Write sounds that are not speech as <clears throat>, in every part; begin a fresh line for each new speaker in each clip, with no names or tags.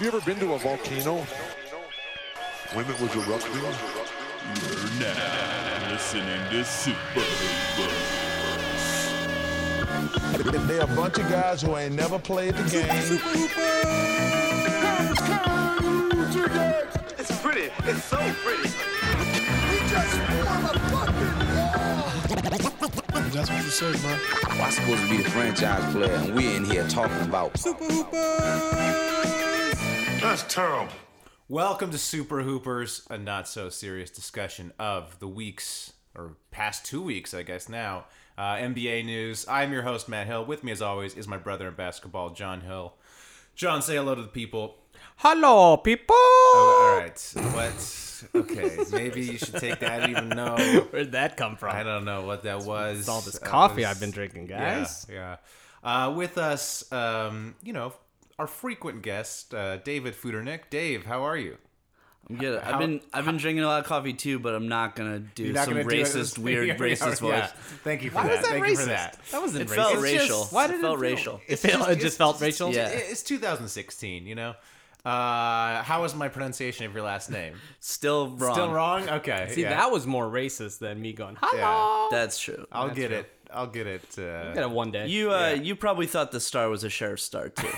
you ever been to a volcano?
When it was erupting,
You're now listening to Super Hoopers.
They're a bunch of guys who ain't never played the game.
It's pretty. It's so pretty.
I'm supposed to be the franchise player, and we're in here talking about
Welcome to Super Hoopers, a not so serious discussion of the weeks or past two weeks, I guess now. Uh, NBA news. I'm your host Matt Hill. With me, as always, is my brother in basketball, John Hill. John, say hello to the people.
Hello, people.
All right. What? Okay. Maybe you should take that. I don't even know.
Where'd that come from?
I don't know what that was.
It's all this
That
coffee
was-
I've been drinking,
Yeah,
guys.
Yeah. Uh, with us, um, you know, our frequent guest, uh, David Futernick. Dave, how are you?
I'm good. I've been I've been drinking a lot of coffee too, but I'm not gonna do
You're not
some
gonna do it. <laughs>
racist, weird
Yeah,
racist
yeah.
voice.
Thank you for
Why
that.
was that
Thank
racist?
you for that.
That wasn't
It
racist.
felt
It's
racial.
just- why did
it felt
feel-
racial.
<laughs> It, felt- it just <laughs> felt racial.
Yeah.
It- It's 2016, you know? Uh, how was my pronunciation of your last
<laughs>
name?
Still wrong.
Still wrong? Okay.
See,
yeah.
that was more racist than me going. Hello.
Yeah.
That's true.
I'll get it. I'll get it.
Get <laughs>
Uh, <laughs>
it one day.
You uh, you probably thought the star was a sheriff's star too.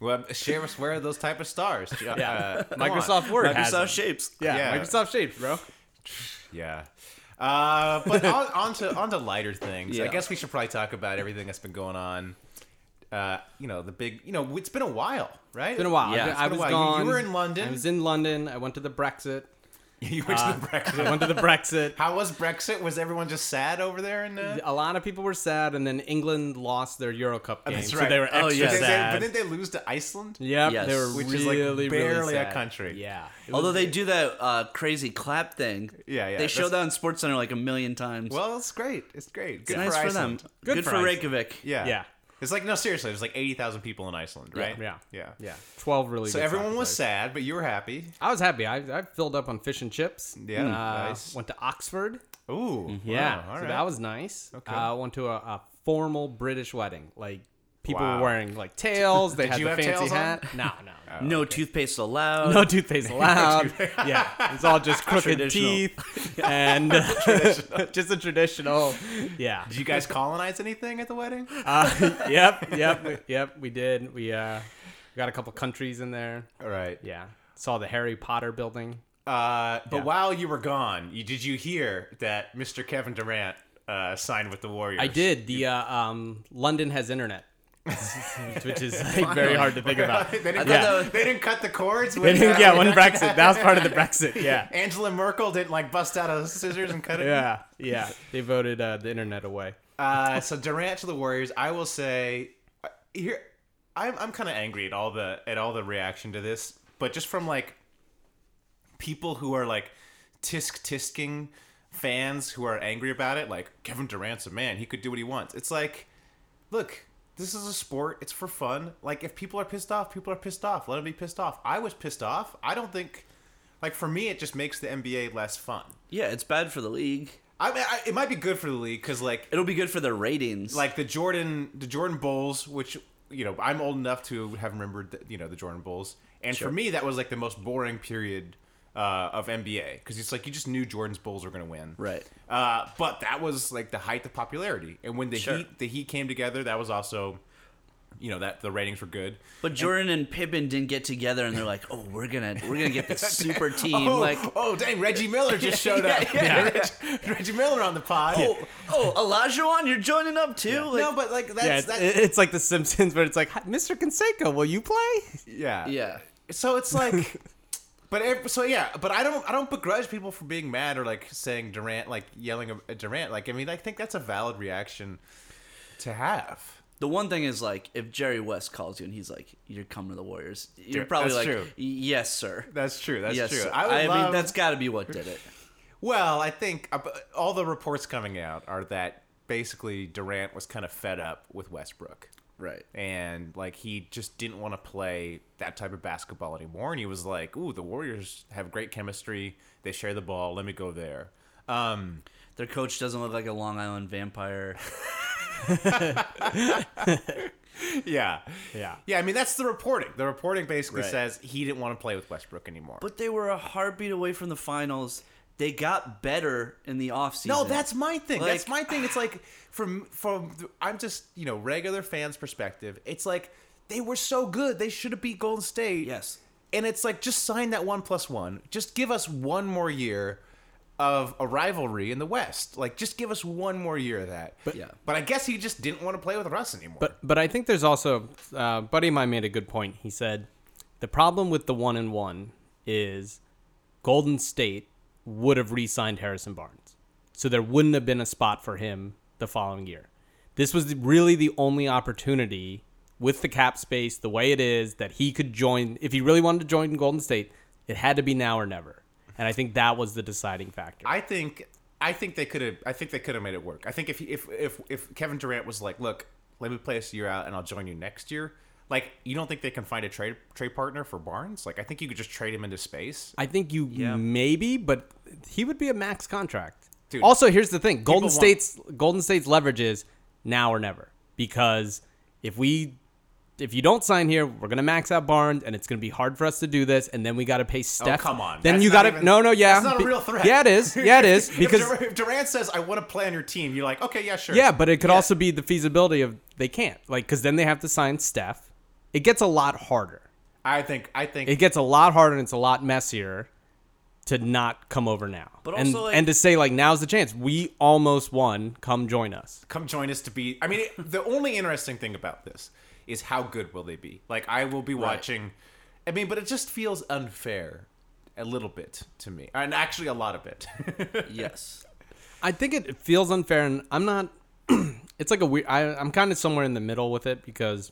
well, sheriffs wear those type of
<laughs>
stars.
Yeah.
Uh, come on.
Microsoft Word. has
Microsoft
it.
shapes.
Yeah.
Yeah.
Microsoft Shape, bro.
Yeah. Uh,
<laughs>
but on, on to on to lighter things. I
Yeah.
guess we should probably talk about everything that's been going on. Uh, you know the big. You know it's been a while, right?
Been a while.
Yeah,
I-
it's
I
been a
was
while. You-
gone.
you were in London.
I was in London. I went to
<laughs>
the Brexit. <laughs>
you went to the Brexit.
I went to the Brexit.
Uh, <laughs> How was Brexit? Was everyone just sad over there? And uh,
A lot of people were sad, and then England lost their Euro Cup game, so they were extra
Oh,
Did
yeah.
they-
sad.
but didn't they lose to Iceland?
Yep,
Yes.
they were
Which is, like,
really,
barely
really
a
sad.
country.
Yeah,
Although they do that uh, crazy clap thing.
Yeah, yeah,
They show
that's-
that on Sports Center like a million times.
Well, it's great. It's great. Good
it's nice
for,
for, them.
Iceland.
Good,
for
for,
Iceland.
Reykjavik.
Yeah.
Yeah.
It's like no, seriously. There's like eighty thousand people in Iceland, right?
yeah,
Yeah.
yeah. Twelve really.
So
good
everyone
soccer
was
players.
sad, but you were happy.
I was happy. I, I filled up on fish and chips.
Yeah,
Uh,
nice.
Went to Oxford.
Ooh.
Yeah,
wow, all
so
right.
that was nice. Okay. Uh, went to a, a formal British wedding. Like people
Wow.
were wearing like tails. They
<laughs> Did
had
you
the
have
fancy
tails on? Uh,
hat.
<laughs>
No, no, no.
No toothpaste allowed.
No toothpaste allowed. yeah, it's all just crooked
Traditional.
<laughs>
teeth and uh, <laughs> just a traditional. Yeah.
Did you guys colonize anything at the wedding?
Uh, <laughs> yep, yep, yep. We did. We uh, got a couple countries in there.
All right.
Yeah. Saw the Harry Potter building.
Uh, but
Yeah.
while you were gone, you, did you hear that Mr. Kevin Durant uh, signed with the Warriors?
I did. The uh, um, London has internet, <laughs> which is like, very hard to
<laughs>
think about. <laughs>
they, didn't
I
cut
thought
the-
that was-
they didn't cut the cords.
They
when,
didn't,
uh,
yeah,
when
when
that-
Brexit. That was part of the Brexit. Yeah.
<laughs> Angela Merkel didn't like bust out a scissors and cut it.
Yeah. Yeah. They voted uh, the internet away.
Uh, so Durant to the Warriors. I will say uh, here, I'm I'm kind of angry at all the at all the reaction to this, but just from like people who are like tisk tisking fans who are angry about it. Like Kevin Durant's a man; he could do what he wants. It's like, look. This is a sport. It's for fun. Like, if people are pissed off, people are pissed off. Let them be pissed off. I was pissed off. I don't think, like, for me, it just makes the NBA less fun.
Yeah, it's bad for the league.
I mean, I, it might be good for the league because, like,
It'll be good for their ratings.
like the Jordan the Jordan Bulls, which you know I'm old enough to have remembered the, you know the Jordan Bulls, and for me that was like the most boring period uh, of NBA because it's like you just knew Jordan's Bulls were going to win,
Right.
Uh, but that was like the height of popularity, and when the
Sure.
Heat the Heat came together, that was also you know that the ratings were good.
But Jordan and Pippen didn't get together, and they're like, "Oh, we're gonna we're gonna get
<laughs>
this super team."
oh,
like,
oh dang, Reggie Miller
<laughs>
just showed up. Reg- <laughs> Reggie Miller on the pod.
oh, oh, Olajuwon, you're joining up too. Like,
no, but like that's
Yeah, it's,
that's
it's like The Simpsons, where it's like, "Hi, Mr. Conseco, will you play?
yeah
yeah,
So it's like, <laughs> but ev- so yeah, but I don't I don't begrudge people for being mad or like saying Durant like yelling at Durant. Like I mean I think that's a valid reaction to have.
the one thing is like, if Jerry West calls you and he's like, "You're coming to the Warriors," you're
Dude,
probably
that's
like,
true.
"Yes, sir."
That's true. That's
yes,
true.
sir."
I, would
I mean,
love-
that's got to be what did
<laughs>
it.
well. I think uh, but all the reports coming out are that basically Durant was kind of fed up with Westbrook.
Right.
and like he just didn't want to play that type of basketball anymore. And he was like, "Ooh, the Warriors have great chemistry. They share the ball. Let me go there." Um,
Their coach doesn't look like a Long Island vampire.
yeah.
Yeah.
Yeah, I mean that's the reporting. The reporting basically
Right.
says he didn't want to play with Westbrook anymore.
But they were a heartbeat away from the finals. They got better in the offseason.
no, Oh, that's my thing. that's my
Like-
thing. It's like from from I'm just you know regular fans' perspective. It's like they were so good. They should have beat Golden State.
Yes.
And it's like just sign that one plus one. Just give us one more year of a rivalry in the West. Like just give us one more year of that. But
Yeah.
But I guess he just didn't want to play with Russ anymore.
But but I think there's also uh, buddy of mine made a good point. He said the problem with the one and one is Golden State would have re-signed Harrison Barnes, so there wouldn't have been a spot for him the following year. This was the- really the only opportunity with the cap space the way it is that he could join if he really wanted to join Golden State. It had to be now or never, and I think that was the deciding factor.
I think I think they could have I think they could have made it work. I think if he- if if if Kevin Durant was like, "Look, let me play this year out and I'll join you next year." Like, you don't think they can find a trade trade partner for Barnes? Like, I think you could just trade him into space.
I think you maybe, but he would be a max contract.
Dude.
also, here's the thing: Golden
want-
State's Golden State's leverage is now or never because if we if you don't sign here, we're gonna max out Barnes, and it's gonna be hard for us to do this. And then we gotta pay Steph.
Oh, come on.
Then
That's
you
not
gotta
even-
no no yeah.
That's not a
Be-
real threat.
Yeah, it
<laughs>
is. Yeah, it is
If
because
Dur- if Durant says, "I want to play on your team," you're like, "Okay, yeah, sure."
yeah, but it could also be the feasibility of they can't like because then they have to sign Steph. It gets a lot harder.
I think I think
it gets a lot harder and it's a lot messier to not come over now.
But
and,
also, like-
and to say like now's the chance. We almost won. Come join us.
come join us to be i mean it, the only interesting thing about this is how good will they be like i will be watching i mean but it just feels unfair a little bit to me and actually a lot of it <laughs>
yes.
I think it feels unfair, and I'm not. <clears throat> it's like a weird. I, I'm kind of somewhere in the middle with it because,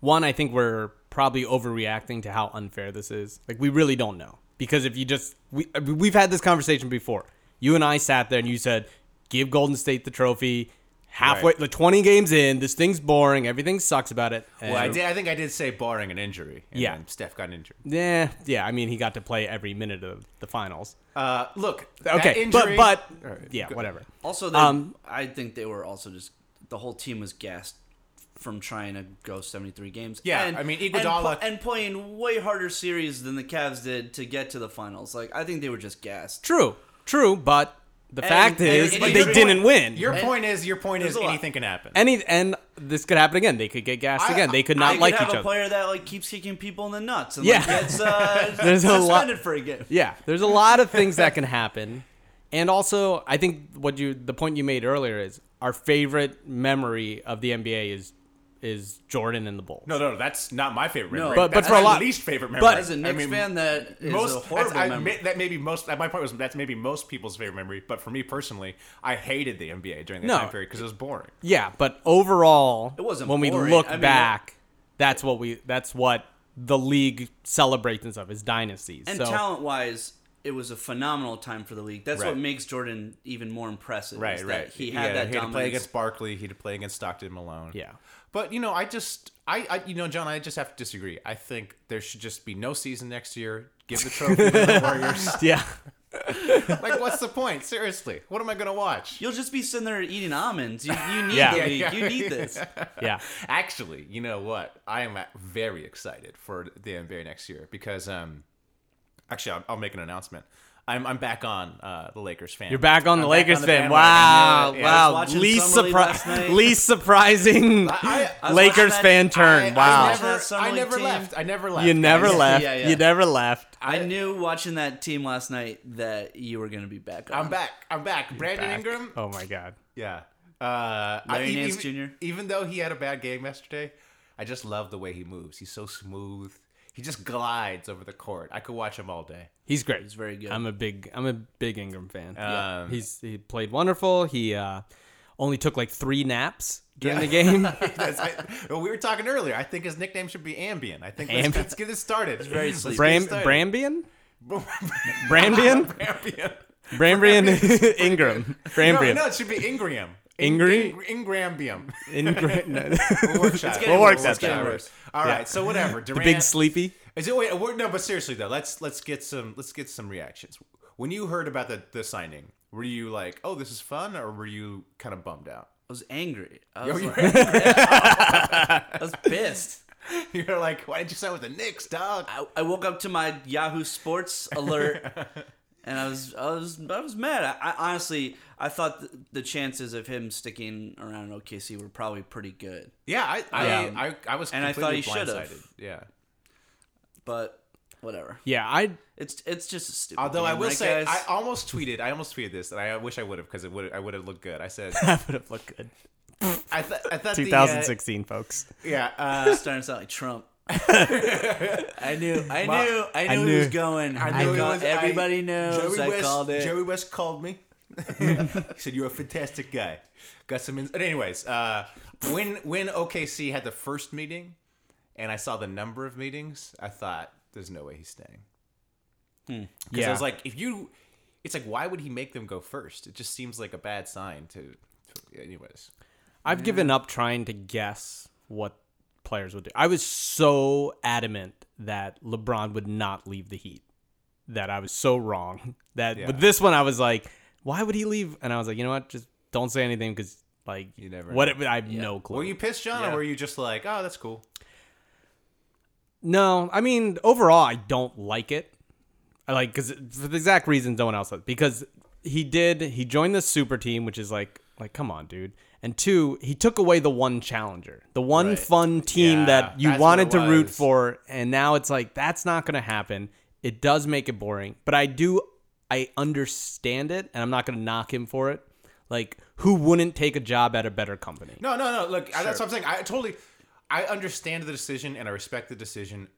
one, I think we're probably overreacting to how unfair this is. Like we really don't know because if you just we I mean, we've had this conversation before. You and I sat there and you said, "Give Golden State the trophy." Halfway,
Right.
the 20 games in, this thing's boring. Everything sucks about it.
well i
and-
did i think i did say barring an injury and
Yeah.
then steph got injured
Yeah, yeah. I mean, he got to play every minute of the finals.
uh look that
Okay,
injury-
but but
All right,
yeah,
go-
whatever.
Also, they,
Um,
I think they were also just the whole team was gassed from trying to go 73 games.
Yeah,
and,
I mean,
and
Iguodala-
pl- and, playing way harder series than the Cavs did to get to the finals. Like I think they were just gassed.
True, true. But the
And-
fact
and-
is,
and
But
they
your
you're-
didn't
point-
win.
your point is your point
There's
is
a lot.
anything can happen
Any and this could happen again. They could get gassed
I-
again. They could
I
not
could
like
have
each
a
other.
player that like keeps kicking people in the nuts and
Yeah.
like gets uh,
<laughs> There's a lot-
suspended for a game.
Yeah, there's a lot of things that can happen, and also I think what you the point you made earlier is our favorite memory of the NBA is is Jordan and the Bulls.
no, no, that's not my favorite memory.
But- but
That's
for a
my
lot-
least favorite memory.
but-
As a
I
Knicks
mean,
fan, that is
most
a horrible
that's- I
memory.
admit that maybe most my point was that's maybe most people's favorite memory but for me personally i hated the nba during that
No.
time period because it was boring
Yeah, but overall,
It wasn't
when we
boring.
look
I mean,
back, that's what we that's what the league celebrates of is dynasties.
And
so, <laughs>
talent wise, it was a phenomenal time for the league. That's
Right.
what makes Jordan even more impressive.
right
is that
right
He had that
he had to play
dominance.
against barkley he had to play against stockton malone
Yeah.
but you know i just I, I you know john i just have to disagree i think there should just be no season next year give the trophy <laughs> to the warriors
yeah,
like what's the point seriously what am i gonna watch
You'll just be sitting there eating almonds. You, you need
Yeah. Yeah,
the
<laughs>
league.
yeah.
You need
<laughs>
this.
yeah.
actually you know what i am uh, very excited for the nba next year because um actually i'll, I'll make an announcement I'm, I'm back on uh, the Lakers fan.
You're back on the
I'm
Lakers
on the
fan. Wow,
bandwagon. Yeah, yeah.
I
wow.
was watching
Least
Summer League last
surpri- <laughs>
night.
least surprising
I- I was
Lakers
watching that-
fan turn.
I-
wow.
I never,
That summer
I
league
never
team.
left. I never left.
you never
guys.
left.
yeah, yeah.
You never left.
I knew watching that team last night that you were going to be back on.
I'm back. I'm back. Brandon
Back.
Ingram.
Oh my god.
Yeah. Uh,
Larry
e-
Nance
even,
Jr..
Even though he had a bad game yesterday, I just love the way he moves. He's so smooth. He just glides over the court. I could watch him all day.
He's great.
He's very good.
I'm a big I'm a big Ingram fan. Yeah.
Um,
He's he played wonderful. He uh only took like 3 naps during the game.
<laughs>
That's- I- well, we were talking earlier. I think his nickname should be Ambien. I think let's,
Ambien.
let's get it started. It's very
sleepy.
<laughs>
Bram Brambian? Brambian? <laughs> Brambian Ingram. Brambian.
No, no, it should be Ingram.
Ingri-
Ingr- Ingrambium.
Ingram. no.
<laughs> We'll work that
getting
out.
worse. It's getting
out.
worse.
All right, so
<laughs>
whatever.
the
Durant,
big sleepy.
Is it wait? We're, no, but seriously though, let's let's get some let's get some reactions. When you heard about the the signing, were you like, "Oh, this is fun," or were you kind of bummed out? <laughs>
I was angry. I
Yo,
was,
you
like, <laughs>
were-
I was pissed.
you were like, why did you sign with the Knicks, dog?
I, I woke up to my Yahoo Sports
<laughs>
alert, and I was I was I was mad. I, I honestly I thought th- the chances of him sticking around OKC were probably pretty good,
Yeah, I, I,
Yeah.
I, I was
And I
completely
thought he should've.
blindsided. Yeah.
but whatever.
Yeah, I
It's it's just a stupid.
Although I
game,
will
right,
say,
guys?
I almost tweeted. I almost tweeted this, and I wish I would have because it would I would have looked good. I
<laughs>
said,
<laughs> that would have looked good.
I, th- I thought the, uh,
2016, folks.
yeah, uh,
starting to sound
<laughs>
like Trump. I knew, I knew, I knew,
I
he
knew.
was going. <laughs> I,
knew it
got,
was- I-
everybody knows. I called it.
Jerry West called me. <laughs> he said you're a fantastic guy. Got some. Ins- anyways, uh, when when OKC had the first meeting, and I saw the number of meetings, I thought there's no way he's staying. Because
Yeah.
I was like, if you, it's like why would he make them go first? It just seems like a bad sign to. to anyways,
I've given
"Mm."
up trying to guess what players would do. I was so adamant that LeBron would not leave the Heat that I was so wrong. <laughs> That
Yeah.
but this one I was like, why would he leave? And I was like, you know what? Just don't say anything because like you
never
What if- I have no clue.
were you pissed, John, or were you just like, oh, that's cool?
No, I mean overall, I don't like it. I like because for the exact reasons no one else does. Because he did, he joined the super team, which is like, like come on, dude. And two, he took away the one challenger, the one
Right.
fun team
Yeah,
that you
that's
wanted
what
to
it
root
was.
for, and now it's like that's not going to happen. It does make it boring, but I do, I understand it, and I'm not going to knock him for it. Like, who wouldn't take a job at a better company?
No, no, no. Look, I, that's what I'm saying. I totally, I understand the decision and I respect the decision,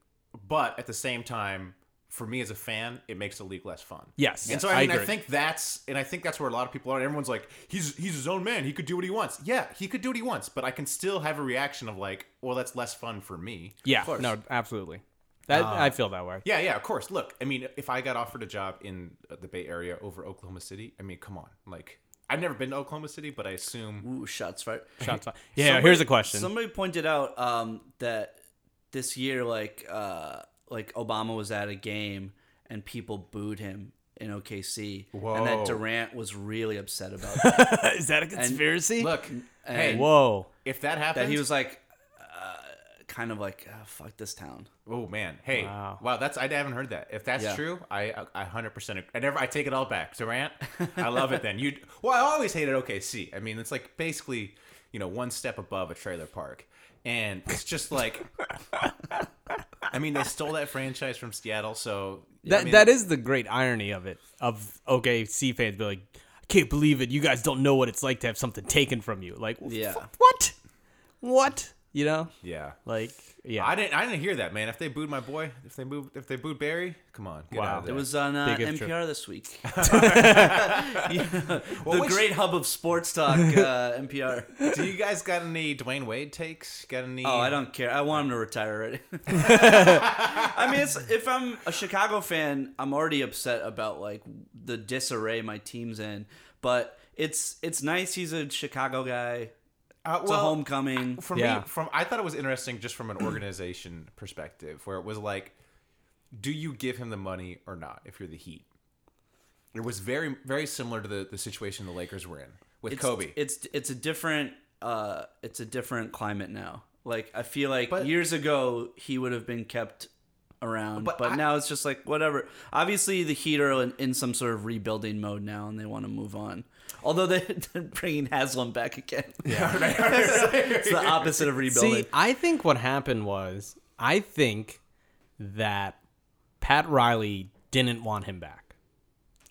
but at the same time, for me as a fan, it makes the league less fun.
Yes,
and so
I
I mean, I,
agree.
think that's, and I think that's where a lot of people are. Everyone's like, he's he's his own man. He could do what he wants. Yeah, he could do what he wants, but I can still have a reaction of like, well, that's less fun for me.
yeah, no, absolutely. That
Ah.
I feel that way.
Yeah, yeah, of course. Look, I mean, if I got offered a job in uh, the Bay Area over Oklahoma City, I mean, come on, like. I've never been to Oklahoma City, but I assume
Ooh, shots fired.
Shots on- Yeah, here's a question.
Somebody pointed out um, that this year, like, uh, like Obama was at a game and people booed him in OKC, and
Whoa.
that Durant was really upset about
<laughs>
that.
<laughs> Is that a conspiracy?
look, hey,
Whoa.
if that happens,
that he was like, uh, kind of like, "Ah, fuck this town.
Oh man, hey, wow,
Wow.
that's I haven't heard that. If that's
Yeah.
true, I I hundred percent. I never, I take it all back,
<laughs>
Durant. I love it. Then you, well, I always hated OKC. I mean, it's like basically, you know, one step above a trailer park, and it's just
<laughs>
like, I mean, they stole that franchise from Seattle, so
That
I mean,
that is the great irony of it. Of okay, C fans be like, I can't believe it. You guys don't know what it's like to have something taken from you. Like, wh-
Yeah.
f- what? What? You know,
yeah.
like, yeah.
I didn't, I didn't hear that, man. If they booed my boy, if they booed, if they booed Barry, come on, get
Wow.
out of
It
there.
was on uh,
Biggest
NPR
trip.
this week. <laughs> You know, the great hub of sports talk, uh, NPR.
Do you guys got any Dwayne Wade takes? Got any?
Oh, I don't care. I want him to retire already. I mean, it's, if I'm a Chicago fan, I'm already upset about like the disarray my team's in. But it's it's nice he's a Chicago guy.
Uh,
It's a homecoming.
for
Yeah.
me from i thought it was interesting just from an organization perspective where it was like do you give him the money or not if you're the heat it was very very similar to the, the situation the lakers were in with
It's,
kobe
It's it's a different uh it's a different climate now. Like I feel like
But-
years ago he would have been kept around,
But
but,
I-
now it's just like whatever. Obviously, the Heat are in, in some sort of rebuilding mode now, and they want to move on. Although they- <laughs> they're bringing Haslam back again. <laughs>
<laughs>
it's the opposite of rebuilding.
See, I think what happened was, I think that Pat Riley didn't want him back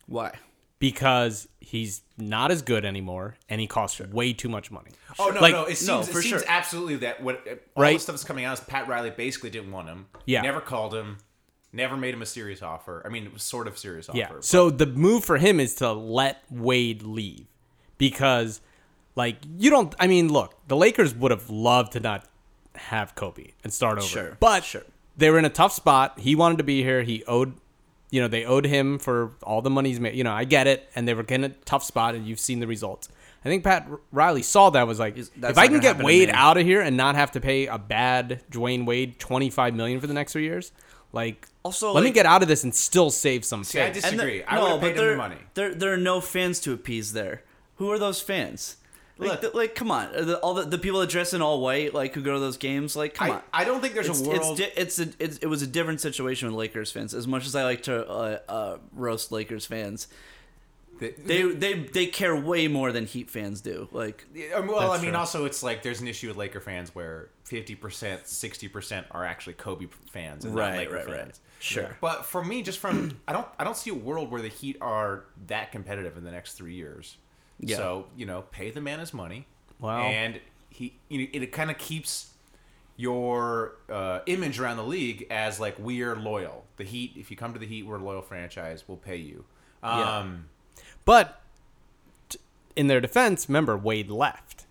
Why?
because he's not as good anymore, and he costs way too much money.
oh no
Like,
no it seems,
no,
it
for
seems
sure.
absolutely that what all
Right.
the stuff that's coming out is pat riley basically didn't want him
Yeah.
never called him never made him a serious offer i mean it was sort of serious offer
Yeah.
but-
So the move for him is to let Wade leave because, like, you don't. I mean, look, the Lakers would have loved to not have Kobe and start over.
Sure,
But
sure.
they were in a tough spot. He wanted to be here. He owed, you know, they owed him for all the money he's made. You know, I get it. And they were in a tough spot, and you've seen the results. I think Pat Riley saw that was like,
that's
if I
not
can
gonna
get
happen to
Wade
me.
out of here and not have to pay a bad Dwayne Wade twenty five million for the next three years, like,
Also,
let me
like-
get out of this and still save some.
See, I
face.
disagree.
the-
I would have paid him
there,
the money.
There, there are no fans to appease there. Who are those fans? Like,
Look.
the, like come on, the, all the, the people that dress in all white, like who go to those games, like come
I,
on.
I don't think there's
it's,
a
it's,
world.
di- it's, a, it's it was a different situation with Lakers fans. As much as I like to uh, uh, roast Lakers fans,
that-
they they they care way more than Heat fans do. Like
Yeah, um, well, I
That's
mean,
true.
also it's like there's an issue with Laker fans where fifty percent, sixty percent are actually Kobe fans and
Right,
not Laker
right, right.
fans.
Sure.
But for me, just from <clears throat> I don't I don't see a world where the Heat are that competitive in the next three years.
Yeah.
So you know, pay the man his money.
Wow.
And he, you know, it kind of keeps your uh, image around the league as like we are loyal. The Heat, if you come to the Heat, we're a loyal franchise. We'll pay you.
Yeah.
Um,
But t- in their defense, remember Wade left.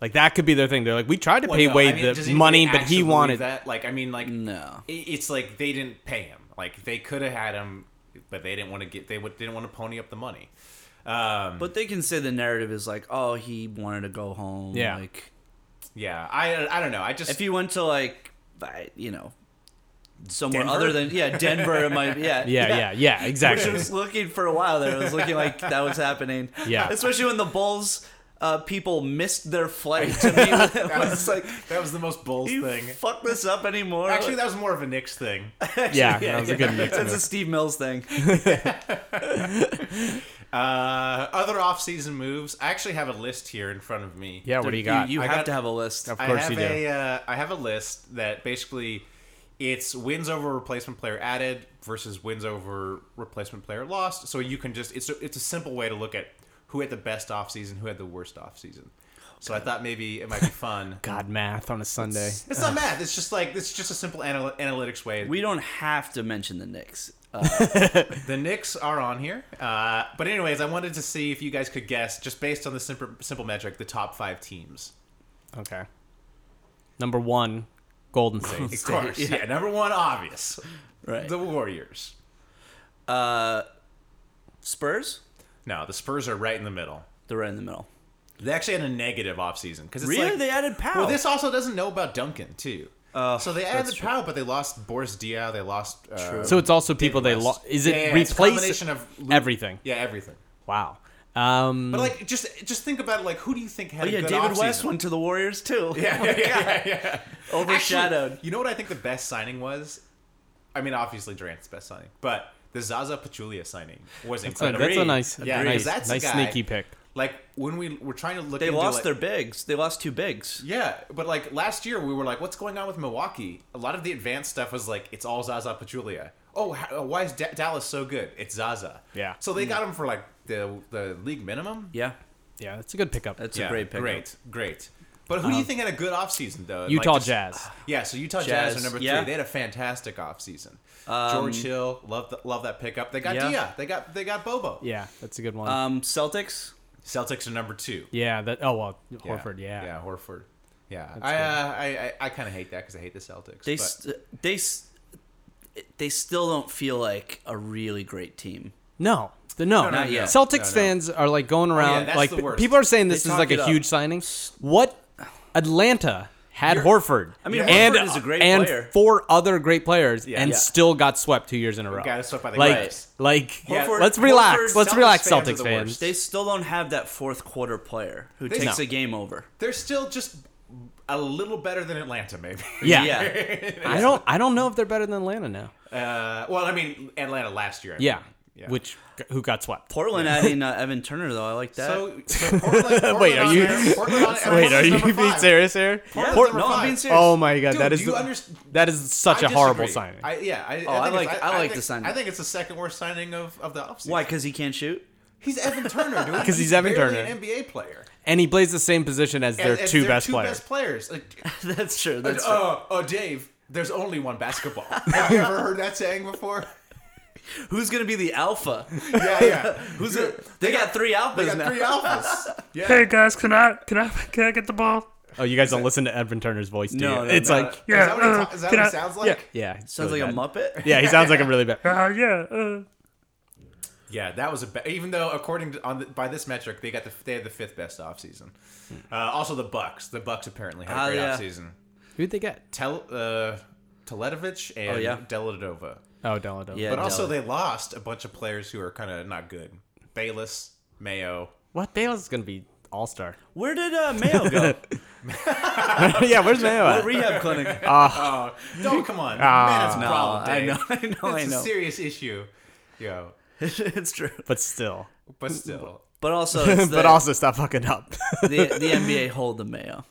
Like that could be their thing. They're like, we tried to
Well,
pay
no, I
Wade
mean, does
the
anybody
money, but
actually
he
believe
wanted.
that. Like, I mean, like,
No.
i- it's like they didn't pay him. Like, they could have had him, but they didn't want to get. They would, didn't want to pony up the money. Um,
But they can say the narrative is like, oh, he wanted to go home.
Yeah.
Like
yeah, I, I don't know. I just
if you went to like, I- you know, somewhere
Denver?
other than yeah, Denver, it might yeah,
Yeah,
<laughs>
yeah, yeah,
Which I
exactly.
was looking for a while there. It was looking like that was happening.
Yeah.
Especially when the Bulls uh, people missed their flight to meet with him.
that was like that was the most Bulls
you
thing.
fuck this up anymore.
Actually, that was more of a Knicks
<laughs>
thing.
yeah, that was a
<laughs>
good mix.
That's a Steve
<laughs>
Mills thing.
Uh, other off-season moves. I actually have a list here in front of me.
Yeah, what do you got?
You, you
I
have
got-
to have a list.
Of course
I have
you do.
A, uh, I have a list that basically it's wins over replacement player added versus wins over replacement player lost. So you can just it's a, it's a simple way to look at who had the best off season, who had the worst off season. So I thought maybe it might be fun.
God, math on a Sunday.
<laughs> it's not math. It's just like it's just a simple anal- analytics way.
We don't have to mention the Knicks. Uh,
The Knicks are on here, uh, but anyways, I wanted to see if you guys could guess just based on the simple simple metric the top five teams.
Okay. Number one,
<laughs>
Golden State.
Of course, yeah. Number one, obvious,
right.
the Warriors.
uh, Spurs?
No, the Spurs are right in the middle.
They're right in the middle.
They actually had a negative offseason because
Really?
Like,
they added Powell.
well, this also doesn't know about Duncan too. so they added
true.
Powell, but they lost Boris Diaw. They lost. Uh,
True.
so it's also people they
West.
lost. Is it
Yeah, yeah, it's a
replace
combination of Lu-
everything?
Yeah, everything.
Wow. Um,
But like, just just think about it. Like, who do you think had?
oh, yeah,
a good
David
offseason? <laughs>
West went to the Warriors, too.
Yeah, yeah, yeah, yeah,
<laughs>
yeah.
<laughs> Overshadowed.
Actually, you know what I think the best signing was? I mean, obviously Durant's the best signing, but the Zaza Pachulia signing was
that's, a,
incredible.
that's a nice,
Yeah,
nice,
because that's a
nice
guy-
sneaky pick.
Like when we were trying to look,
they
into,
lost
like-
their bigs. They lost two bigs.
Yeah, but like last year, we were like, "What's going on with Milwaukee?" A lot of the advanced stuff was like, "It's all Zaza Pachulia." Oh, how, why is D- Dallas so good? It's Zaza.
Yeah.
So they got him for like the the league minimum.
Yeah.
Yeah, that's a good pickup.
That's
Yeah,
a great pick.
Great, great. But who do you think had a good offseason though? Like,
Utah
just-
Jazz.
Yeah, so Utah
Jazz,
Jazz, are number
yeah. Um,
three. They had a fantastic offseason. George Hill, love the, love that pickup. They got
Yeah.
Dia. They got they got Bobo.
Yeah, that's a good
Uh,
one.
Um, Celtics?
Celtics are number two.
yeah, that. Oh well, Horford. Yeah.
Yeah, Horford. Yeah, I, uh, I I I kind of hate that because I hate the Celtics.
they
but-
st- they s they still don't feel like a really great team.
No. The, no,
No, not yet.
Celtics
No, no.
fans are like going around
that's
like
the
p-
worst.
people are saying this
They
is
talk
like
it
a
up.
huge signing. What Atlanta had Horford. I
mean,
and,
Horford is a great
and
player.
four other great players, and
Yeah.
still got swept two years in a row.
Got swept by the
like,
Cavs.
like,
Yeah.
Horford-
let's relax.
Horford-
let's
Celtics
relax,
fans are
Celtics
the
fans.
worst.
They still don't have that fourth quarter player who takes
No.
a game over.
they're still just a little better than Atlanta, maybe.
yeah,
Yeah,
I don't, I don't know if they're better than Atlanta now.
<laughs> Uh, well, I mean, Atlanta last year. I
Yeah,
think. Yeah.
which who got swept?
<laughs> Portland adding uh, Evan Turner though, I like that.
So,
<laughs>
so Portland, Portland
Wait, are
on
you-
there- Portland on-
<laughs> Wait,
Portland's
are you
number
being
five.
serious here?
Portland's
Port-
number
no, I'm
five.
being serious.
Oh my god,
Dude,
that is
do you
the-
underst-
that is such
I
a horrible
disagree.
signing.
I, yeah, I,
Oh, I
think
like-
it's-
I like
think-
the signing.
I think it's the second worst signing of, of the offseason.
Why? Because he
<laughs>
can't shoot.
He's Evan Turner, dude.
<laughs> 'Cause he's Evan
barely
Turner.
an NBA player.
and he plays the same position as their
And- and
two
they're
best
two
players.
best players. Like,
<laughs>
That's true. That's true.
oh, oh, Dave, there's only one
<laughs>
basketball. Have you ever heard that saying before?
Who's gonna be the
<laughs>
alpha? <laughs>
Yeah, yeah.
Who's gonna, they, got three alphas
They got
now. <laughs>
three alphas.
<laughs>
Hey guys, can I can I can I get the ball?
Oh, you guys don't listen to Edwin Turner's voice, do
No,
you?
no,
it's
no,
like,
Is
Yeah,
that what, it,
uh,
ta- is that
can
what
I-
it sounds
yeah,
like?
yeah. it's
Sounds
really
like a
bad.
muppet.
Yeah, he sounds like a really bad.
Uh, yeah, uh,
Yeah, that was a ba- even though according to on the, by this metric they got the they had the fifth best offseason. Uh, also the Bucks, the Bucks apparently had
Hmm. Ah,
a great
yeah.
offseason.
Who'd they get?
Tel uh, Teletovich and
Oh, yeah.
Deladova,
Oh, Donald. Donald.
<laughs> Yeah.
but also
Deladova.
they lost a bunch of players who are kind of not good. Bayless, Mayo.
What Bale's gonna be? All Star.
Where did uh, Mayo go?
<laughs>
<laughs>
yeah, where's Mayo
what
at?
rehab
<laughs>
clinic?
No, come
<laughs>
on. Man, that's a
Ah, no,
problem,
I
Dave.
know, I know, I
It's a
know.
serious issue. Yo,
<laughs> it's true.
But still.
but
<laughs>
still.
<laughs>
But also, it's the,
but also stop fucking up. <laughs>
the the NBA hold the Mayo.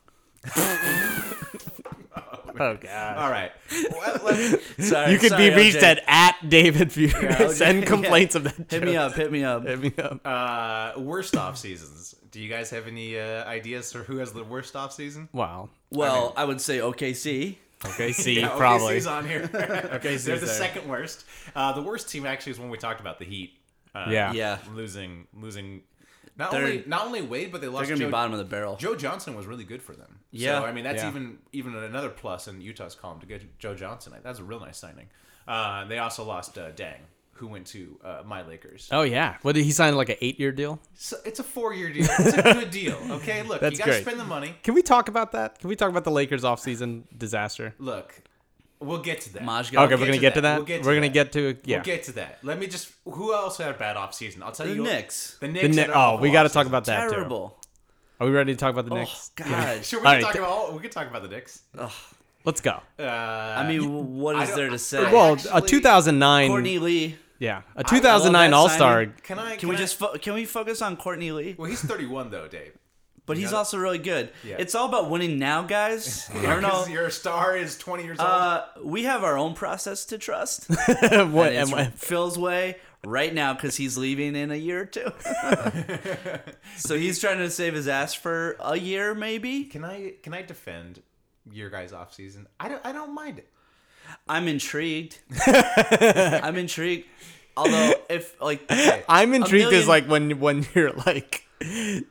oh god.
All right. Well, let's-
Sorry,
You can
sorry,
be reached
OJ.
at at David Fury.
OJ,
Send complaints
yeah.
of that.
Hit me
joke.
up. Hit me up.
Hit me up.
uh, worst off seasons. Do you guys have any uh, ideas for who has the worst off season?
wow.
Well, I would say OKC.
Okay, see, <laughs>
Yeah,
probably.
OKC's on here. okay,
OKC's
they're the
there.
second worst. Uh, the worst team actually is one we talked about, the Heat. Uh,
Yeah.
Yeah,
losing, losing. Not
They're-
only not only Wade, but they
they're
lost.
gonna be
Joe-
bottom of the barrel.
Joe Johnson was really good for them.
Yeah.
So, I mean, that's
Yeah.
even even another plus in Utah's column to get Joe Johnson. That's a real nice signing. Uh, they also lost uh, Dang, who went to uh, my Lakers.
Oh yeah. What did he sign like an eight year deal?
So it's a four year deal.
<laughs>
It's a good deal. Okay, look,
That's
you got to
great.
spend the money.
Can we talk about that? Can we talk about the Lakers offseason disaster?
Look, we'll get to that.
Maj
Okay,
got
we're gonna get to that.
We'll get to
we're gonna
that.
get to yeah.
We'll get to that. Let me just. Who else had a bad offseason? I'll tell
the
you.
Knicks.
The Knicks.
the
had
Knicks.
an
Oh,
awful
we got to
<laughs>
talk
offseason.
about that
Terrible.
too. Are we ready to talk about the
Oh
Knicks?
God.
Sure, we
All
can
right.
talk about all. We can talk about the Knicks.
Let's go.
Uh,
I mean, w- what
I
is
don't-
there to say?
well, a
actually-
2009.
Courtney Lee.
yeah, a 2009
that
All Star.
signing.
can I?
Can we
I-
just fo- can we focus on Courtney Lee?
Well, he's 31 though, Dave.
But he's
gotta-
also really good.
Yeah.
It's all about winning now, guys. <laughs> I don't know.
Because your star is 20 years old.
Uh, we have our own process to trust.
<laughs> what?
And
Am I,
it's Phil's way right now because he's leaving in a year or two. <laughs> so he's trying to save his ass for a year, maybe.
can I can I defend your guys off season? I don't I don't mind it.
I'm intrigued. I'm intrigued. Although, if like, okay,
I'm intrigued
million-
as like when when <laughs> your like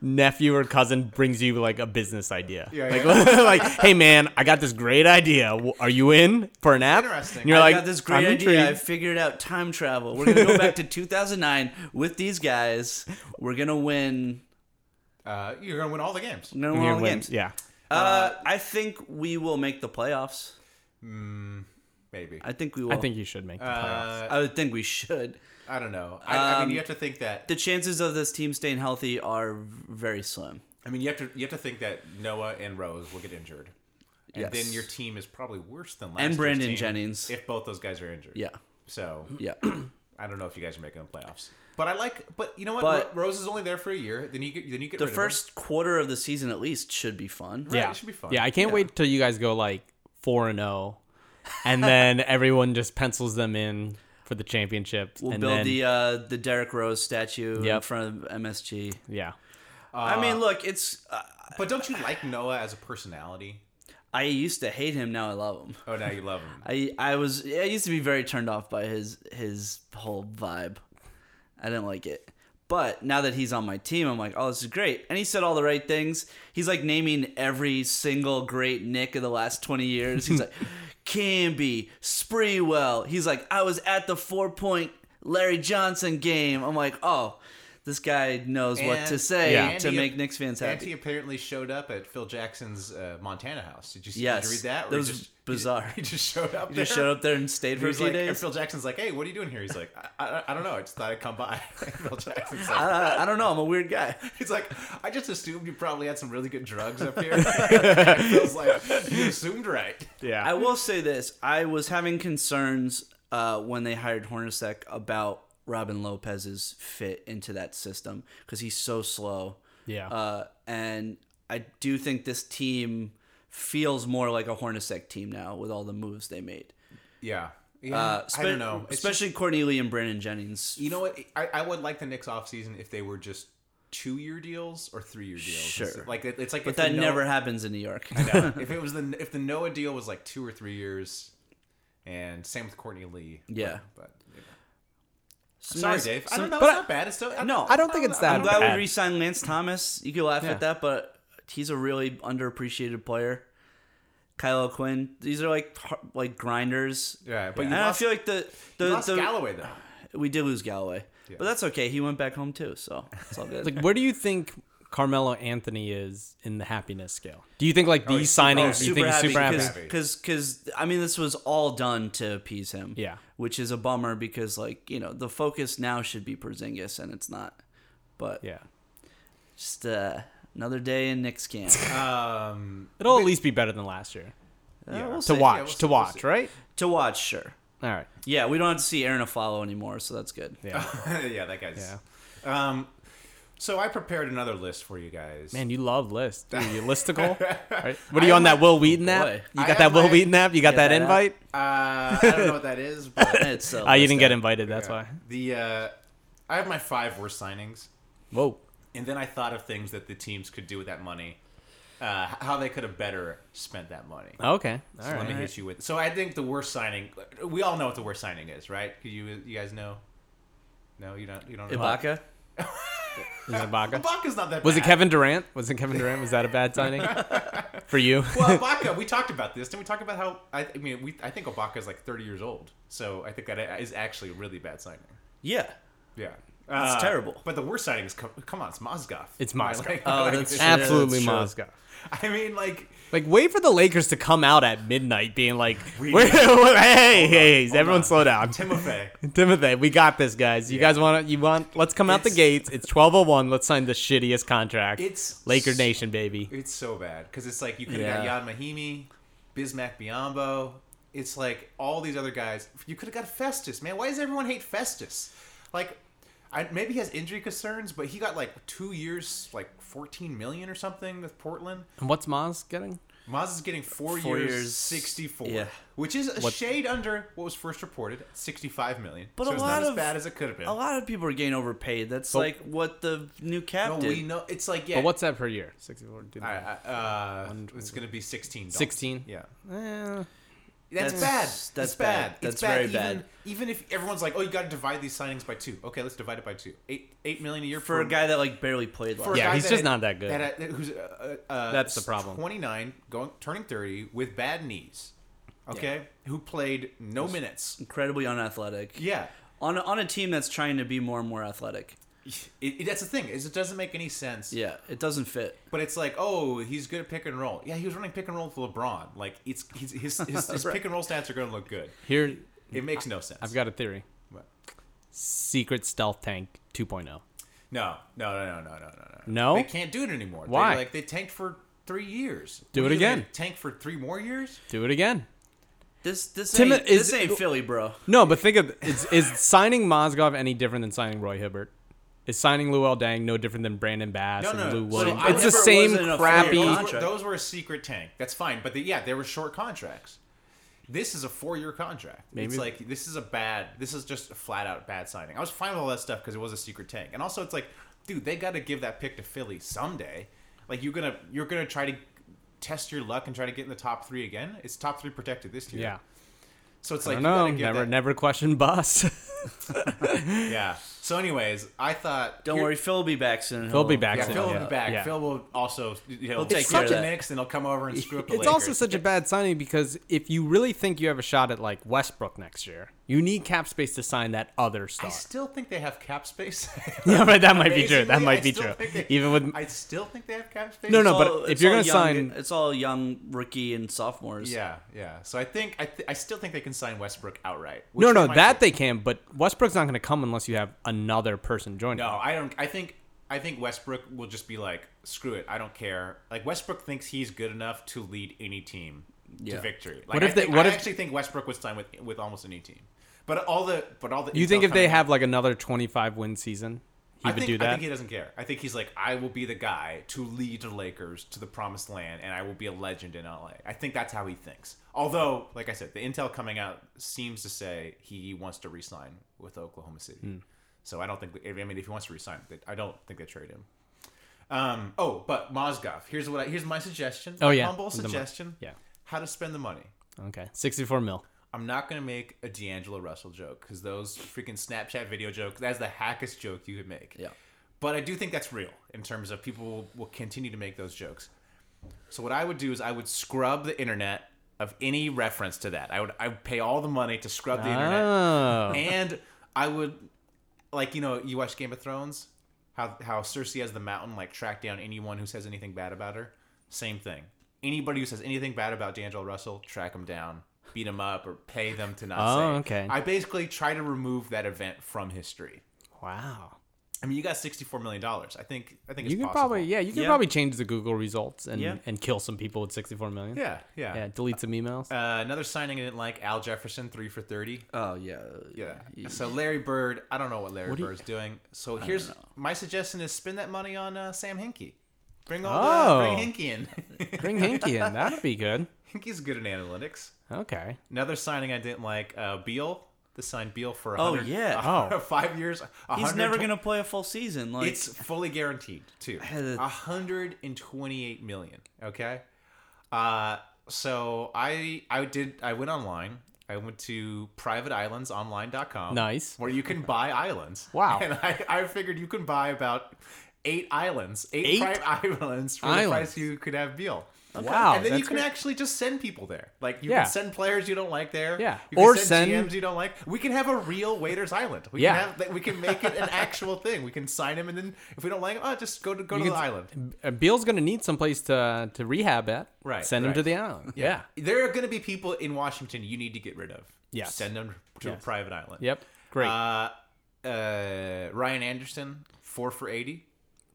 nephew or cousin brings you like a business idea.
Yeah,
like,
yeah.
like, <laughs> hey man, I got this great idea. W- Are you in for an app?
Interesting.
And you're
I
like,
got this great
I'm
idea. I
intrigued.
figured out time travel. We're gonna go back to <laughs> 2009 with these guys. We're gonna win.
Uh, you're gonna win all the games.
We're gonna
And
win
you're
all the
win-
games.
Yeah.
Uh, I think we will make the playoffs.
Maybe.
I think we will.
I think you should make the playoffs.
Uh,
I would think we should.
I don't know. I, I mean, you have to think that.
Um, The chances of this team staying healthy are very slim.
I mean, you have to you have to think that Noah and Rose will get injured, and
Yes.
then your team is probably worse than last.
And
year's
Brandon
team
Jennings.
If both those guys are injured.
Yeah.
So
<clears throat>
Yeah. <clears throat>
I don't know if you guys are making the playoffs. But I like. But you know what?
But-
Ro- Rose is only there for a year. Then you get. Then you get
the
rid
first quarter of the season, at least, should be fun.
Of him. Right,
yeah.
It should be fun.
Yeah, I can't wait till you guys go like four and zero, and then everyone just pencils them in for the championship.
We'll
and
build
then,
the uh, the Derrick Rose statue in
Yep.
front of MSG.
yeah.
I mean, look, it's uh,
But don't you like Noah as a personality?
I used to hate him. Now I love him.
Oh, now you love him.
I I was I used to be very turned off by his his whole vibe. I didn't like it. But now that he's on my team, I'm like, oh, this is great. And he said all the right things. He's like naming every single great Nick of the last 20 years.
<laughs>
He's like, Camby, Spreewell. He's like, I was at the four point Larry Johnson game. I'm like, oh, this guy knows what to
And-
say
Yeah.
to
and he-
make Knicks fans
And he
happy.
apparently showed up at Phil Jackson's uh, Montana house. Did you, see,
Yes.
did you read that? Or
That
he
was
just- he just-
bizarre.
<laughs> He just, showed up.
He
there.
just showed up there and stayed
And
for
he
a
was
few
like, and
days.
Phil Jackson's like, "Hey, what are you doing here?" He's like, "I, I, I don't know. I just thought I'd come by." <laughs> Phil Jackson's like,
I, I don't know. I'm a weird guy.
"He's like, I just assumed you probably had some really good drugs up
<laughs>
here." <laughs> Phil's like, "You assumed right."
Yeah.
I will say this: I was having concerns uh, when they hired Hornacek about Robin Lopez's fit into that system because he's so slow.
yeah.
Uh, and I do think this team feels more like a Hornacek team now with all the moves they made.
Yeah, yeah.
Uh,
I don't know. It's just-
Especially Courtney Lee and Brandon Jennings.
you know what? I, I would like the Knicks offseason if they were just two-year deals or three-year deals.
Sure.
Like it, it's like,
But
if the
that
Noah-
never happens in New York. <laughs>
No, <laughs> if it was the if the Noah deal was like two or three years, and same with Courtney Lee.
Yeah.
but, but
Some
sorry,
nice-
Dave. I don't
some-
know.
but
It's
I-
not bad. It's still I,
No,
I don't think it's that
I'm glad
bad.
we re-signed Lance Thomas. You can laugh
Yeah.
at that, but he's a really underappreciated player. Kylo Quinn. These are like har- like grinders.
Yeah, but
and
you lost-
I feel like the
You
the,
lost
the-
Galloway though.
<laughs>
<laughs>
we did lose Galloway, but that's okay. He went back home too, so it's all good. <laughs>
like, where do you think Carmelo Anthony is in the happiness scale? Do you think like these
super
signings?
happy.
you think he's super happy?
because because I mean this was all done to appease him.
Yeah.
which is a bummer because like you know the focus now should be Porzingis and it's not. But
Yeah.
just uh, Another day in
<laughs>
Knicks camp.
Um,
It'll at least be better than last year.
Uh, we'll
To
see. Yeah,
watch,
we'll see,
to
we'll
watch,
see.
right?
to watch, sure.
All right.
Yeah, we don't have to see Aaron Afalo anymore, so that's good.
Yeah.
yeah, that guy's. Um, so I prepared another list for you guys.
Man, you love list. Dude, you listicle. Right? What are you on that Will Wheaton app?
boy.
You
I
got
have
that Will
my-
Wheaton app? You got that
Yeah, that app.
invite?
Uh, I don't know what that is,
<laughs>
but
It's uh,
Ah, you didn't
listed.
get invited. That's why.
the uh, I have my five worst signings,
Whoa.
and then I thought of things that the teams could do with that money, uh, h- how they could have better spent that money.
Okay. All
So let me
right.
hit you with. So I think the worst signing. We all know what the worst signing is, right? Could you you guys know? No, you don't. You don't. know?
Ibaka.
Is it Ibaka?
Ibaka's not that.
Was it
bad.
Kevin Durant? Was it Kevin Durant? Was that a
<laughs>
bad signing for you?
Well, Ibaka, we talked about this. Didn't we talk about how? I, I mean, we I think Ibaka is like 30 years old, so I think that is actually a really bad signing.
Yeah.
Yeah, Uh,
It's terrible.
But the worst signing is come, come on, it's Mozgov.
<laughs> It's
My,
Mozgov.
like- <laughs>
Oh,
like,
that's
it's-
Absolutely
true.
Moscow.
I mean, like
Like, wait for the Lakers to come out at midnight being like,
We-
"Wait, <laughs> wait, hey, hey,
hold
everyone
on.
slow down.
Timofey.
<laughs> Timothy, we got this, guys. You guys want to, you want, let's come out the
It's-
gates. It's 1201. Let's sign the shittiest contract.
It's
Laker
s-
Nation, baby.
It's so bad because it's like you could have
Yeah.
got Yan Mahimi, Bismack Biombo. It's like all these other guys. You could have got Festus, man. Why does everyone hate Festus? Like, I, maybe he has injury concerns, but he got like two years, like fourteen million or something with Portland.
And what's Moz getting?
Maz is getting four,
Four
years,
years,
sixty-four,
yeah.
which is a
What-
shade under what was first reported, sixty-five million.
But
so
a
it's not
lot of-
as bad as it could have been.
A lot of people are getting overpaid. That's like what the new cap
no,
did.
we know it's like yeah.
But what's that per year? 64.
All right, uh, it's gonna be sixteen.
16?
Yeah.
Eh,
That's,
That's-
bad.
that's
That's,
bad.
bad.
That's
it's bad.
very
even,
bad.
Even if everyone's like, "Oh, you got to divide these signings by two. Okay, let's divide it by two. Eight eight million a year
for a guy that like barely played last
for a
Yeah,
guy
he's
that
just not that good.
That, that- who's uh, uh,
That's the problem.
Twenty nine, going turning thirty with bad knees. Okay, who played no <laughs> minutes?
incredibly unathletic.
Yeah,
On a, on a team that's trying to be more and more athletic.
it, it- that's the thing is it doesn't make any sense.
Yeah, it doesn't fit.
But it's like, oh, he's good at pick and roll. Yeah, he was running pick and roll with LeBron. Like it's he's, his his,
<laughs>
his pick and roll stats are going to look good.
Here,
It makes no sense.
I've got a theory.
What?
Secret Stealth Tank 2.0.
No, no, no, no, no, no, no,
No?
They can't do it anymore. They,
Oh. Why?
like they tanked for three years.
Do
What
it
are you gonna
again.
Tank for three more years.
Do it again.
This this
Tim,
ain't,
is-
this ain't Philly, bro.
No, but think of is, is signing Mozgov any different than signing Roy Hibbert? Is signing Luol Dang no different than Brandon Bass
No,
and
no,
Lou
so
Williams?
I
it's the
never
same
was in a
crappy.
four-year
Those were,
Contract.
those were a secret tank. That's fine. But the, yeah, they were short contracts. This is a four-year contract.
Maybe-
It's like this is a bad. This is just a flat-out bad signing. I was fine with all that stuff because it was a secret tank, and also it's like, dude, they got to give that pick to Philly someday. Like you're gonna you're gonna try to test your luck and try to get in the top three again. It's top three protected this year.
Yeah,
So it's
I
like
don't
you gotta
know.
give
Never,
that-
never question Bus.
Yeah. So, anyways, I thought.
Don't
here-
worry, Phil will be back soon.
He'll be back
Yeah,
soon.
Phil will
yeah.
be back.
yeah.
Phil will also you know,
take
take
care of
such a
that.
Knicks, and he'll come over and screw up the
It's
Lakers.
also such a bad signing because if you really think you have a shot at like Westbrook next year, you need cap space to sign that other
I
star.
still think they have cap <laughs> space.
<laughs> yeah, but that might be true.
Amazingly,
That
I
might be
still
true.
think they-
Even with
I still think they have cap space.
No, no,
It's
but
all-
if
it's
you're
all
gonna
young-
sign-
it's all young rookie and sophomores.
Yeah, yeah. So I think I, th- I still think they can sign Westbrook outright. which
no, no,
might
that
do.
they can. But Westbrook's not going to come unless you have another person joining.
No, I don't. I think I think Westbrook will just be like, screw it, I don't care. Like Westbrook thinks he's good enough to lead any team
Yeah.
to victory. Like,
What if
I,
they-
think-
what
I
if-
actually think Westbrook would sign with with almost any team. But all the but all the
You think
intel
if they
coming-
have like another 25 win season, he
I
would
think,
do
I
that?
think he doesn't care. I think he's like, I will be the guy to lead the Lakers to the promised land, and I will be a legend in LA. I think that's how he thinks. Although, like I said, the intel coming out seems to say he wants to resign with Oklahoma City.
Hmm.
So I don't think. I mean, if he wants to resign, they- I don't think they trade him. Um. Oh, but Mozgov. Here's what. I, here's my suggestion.
Oh,
my
yeah.
Humble
The mon-
suggestion.
yeah.
How to spend the money.
Okay, 64 mil.
I'm not gonna make a D'Angelo Russell joke because those freaking Snapchat video jokes. That's the hackest joke you could make.
Yeah.
But I do think that's real in terms of people will, will continue to make those jokes. So what I would do is I would scrub the internet of any reference to that. I would I would pay all the money to scrub the internet,
Oh,
and I would like you know you watch Game of Thrones, how how Cersei has the mountain like track down anyone who says anything bad about her. Same thing. Anybody who says anything bad about D'Angelo Russell, track them down, beat them up, or pay them to not
Oh,
say. it.
okay.
I basically try to remove that event from history.
wow.
I mean, you got sixty-four million dollars. I think. I think it's
You can
possible.
probably yeah, you can
Yeah.
probably change the Google results and
Yeah.
and kill some people with 64 million.
Yeah, yeah.
Yeah, delete some
<laughs>
emails.
Uh, another signing I didn't like Al Jefferson, three for thirty.
Oh yeah.
Yeah. So Larry Bird, I don't know what Larry Bird's doing. So here's my suggestion: is spend that money on uh, Sam Hinkie. Bring all
Oh.
the, bring Hinkie in. <laughs>
Bring Hinky in. That'd be good.
Hinkie's good in analytics.
Okay.
Another signing I didn't like: uh, Beal. The signed Beal for a
Oh,
hundred-
yeah.
a
Oh.
hundred- five years. a
He's
hundred
never
tw-
gonna play a full season. Like
It's fully guaranteed
<sighs>
too.
had a-
128 million. Okay. Uh, so I I did I went online. I went to privateislandsonline.com.
Nice.
Where you can buy islands.
<laughs> Wow.
And I, I figured you can buy about eight islands, eight,
Eight
private <laughs> islands for the
islands.
price you could have Beal.
Wow.
and then you
that's
can
great.
actually just send people there. Like you
Yeah.
can send players you don't like there.
Yeah.
You can
Or
send,
send-
GMs you don't like. We can have a real waiters island. We
Yeah.
can have that we can make it
<laughs>
an actual thing. We can sign him and then if we don't like him, oh just go to go to
can
the
s-
island.
Uh, Beal's gonna need someplace to to rehab at.
Right,
Send him
right.
to the island. Yeah.
There are gonna be people in Washington you need to get rid of.
Yes.
Send them to a
Yes.
private island.
Yep. Great.
Uh uh Ryan Anderson, four for eighty.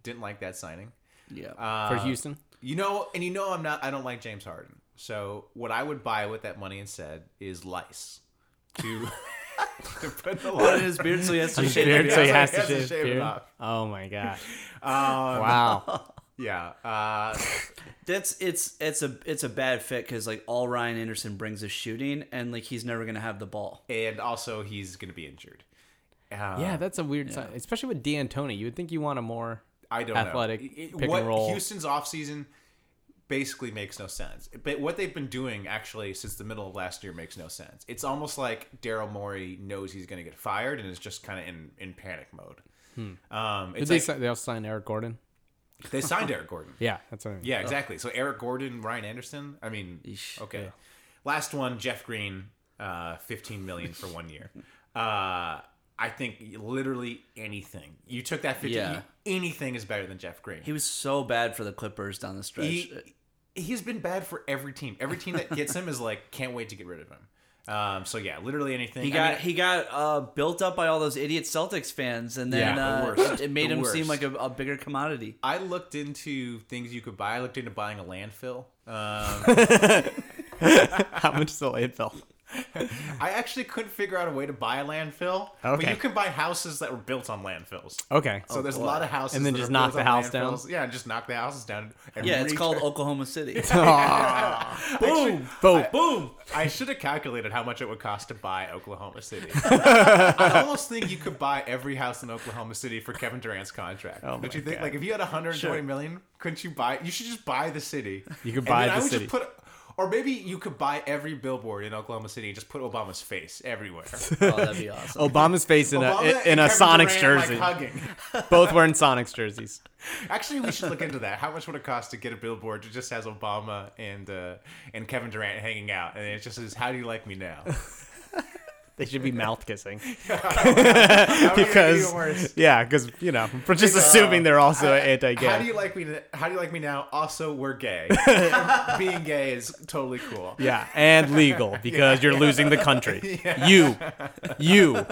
Didn't like that signing. Uh,
yeah.
For
<laughs>
Houston.
You know, and you know, I'm not. I don't like James Harden. So what I would buy with that money instead is lice. To, <laughs> to put the
Cut
lice.
his beard so
<laughs>
he has to
His
shave
beard,
it
so he
down.
has to
has to
shave his
shave it
beard.
off. Um,
Oh my god.
<laughs>
wow.
Yeah. Uh,
That's it's it's a it's a bad fit because like all Ryan Anderson brings is shooting and like he's never gonna have the ball.
and also, he's gonna be injured. Uh,
Yeah, that's a weird sign, especially with D'Antoni. You would think you want a more.
I don't
athletic
know. It-
pick
what
and roll.
Houston's offseason basically makes no sense. But what they've been doing actually since the middle of last year makes no sense. It's almost like Daryl Morey knows he's going to get fired and is just kind of in, in panic mode. Um,
Hmm. Did
it's
they
like-
sign, they also signed Eric Gordon?
they signed Eric Gordon.
<laughs> Yeah, that's what I mean.
Yeah, <laughs> exactly. So Eric Gordon, Ryan Anderson. I mean, okay. Last one, Jeff Green, uh, fifteen million for one
<laughs>
year. Uh, I think literally anything you took that fifteen,
Yeah.
anything is better than Jeff Green.
He was so bad for the Clippers down the stretch.
He, he has been bad for every team. Every team that gets him is like can't wait to get rid of him. Um, so yeah, literally anything.
He
I
got
mean,
he got uh, built up by all those idiot Celtics fans, and then
Yeah, the
uh,
worst.
it made
The
him seem
worst.
like a, a bigger commodity.
I looked into things you could buy. I looked into buying a landfill. Um,
How much is the landfill?
I actually couldn't figure out a way to buy a landfill. But
Okay.
you can buy houses that were built on landfills.
Okay.
So
<laughs>
there's a lot of houses,
Oh, And then
that
just
are
knock
built
the
on
house down?
landfills. Yeah, and just knock the houses down. And
Yeah, it's
re- <laughs>
called
<laughs>
Oklahoma City.
boom, boom, boom.
I should have calculated how much it would cost to buy Oklahoma
<laughs>
City. I almost think you could buy every house in Oklahoma City for Kevin Durant's contract.
Oh
Don't
my
you think?
God.
Like, if you had 120 million, couldn't you buy? You should just buy the city.
You could
And
buy
then I
the
would
city.
Just put, or maybe you could buy every billboard in Oklahoma City and just put Obama's face everywhere.
<laughs> oh, that'd be awesome.
Obama's face <laughs> in
Obama
a in,
and
a
Kevin
Sonics
Durant, like,
jersey.
<laughs>
<laughs>
hugging.
Both wearing Sonics jerseys.
Actually, we should look into that. How much would it cost to get a billboard that just has Obama and uh, and Kevin Durant hanging out, and it just says, "How do you like me now?"
They should be mouth kissing
How do you- even
<laughs> because
worse. uh,
yeah, because you know we're just assuming they're also anti-gay.
How do you like me? n- How do you like me now? Also, we're gay. Being gay is totally cool.
<laughs> yeah, and
<laughs>
legal because you're losing the country. You, you,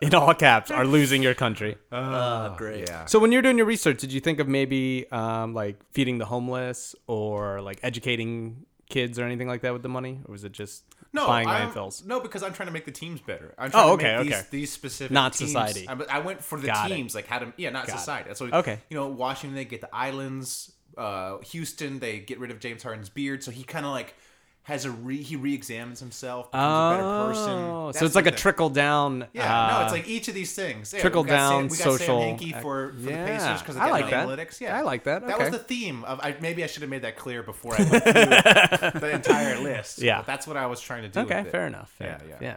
in all caps, are losing your country.
Oh, great.
Yeah.
So when you're doing your research, did you think of maybe um, like feeding the homeless or like educating kids or anything like that with the money, or was it just
No,
buying
I'm-
landfills?
No, because I'm trying to make the teams better. I'm trying to
Oh,
make
okay,
these,
okay.
these specific
Not
teams-
society.
I, but I went for the
Got it.
teams, like how to yeah, not
it.
society. That's what
Okay.
You know, Washington they get the islands. Uh, Houston they get rid of James Harden's beard, so he kind of like has a re he re-examines himself, becomes a better person.
Oh,
That's
so it's
the
like a
thing.
trickle down.
Yeah, no,
uh,
it's like each of these things. Yeah, we
trickle
got Sam-
down
we got Sam
social
Hinkie
ac-
for, for
Yeah,
the Pacers because
I like that.
analytics. Yeah,
I like that.
That was
Okay.
the theme of. I, maybe I should have made that clear before I
<laughs>
went through the entire list.
Yeah.
but that's what I was trying to do.
okay,
with it.
fair enough. Fair
Yeah,
enough.
yeah.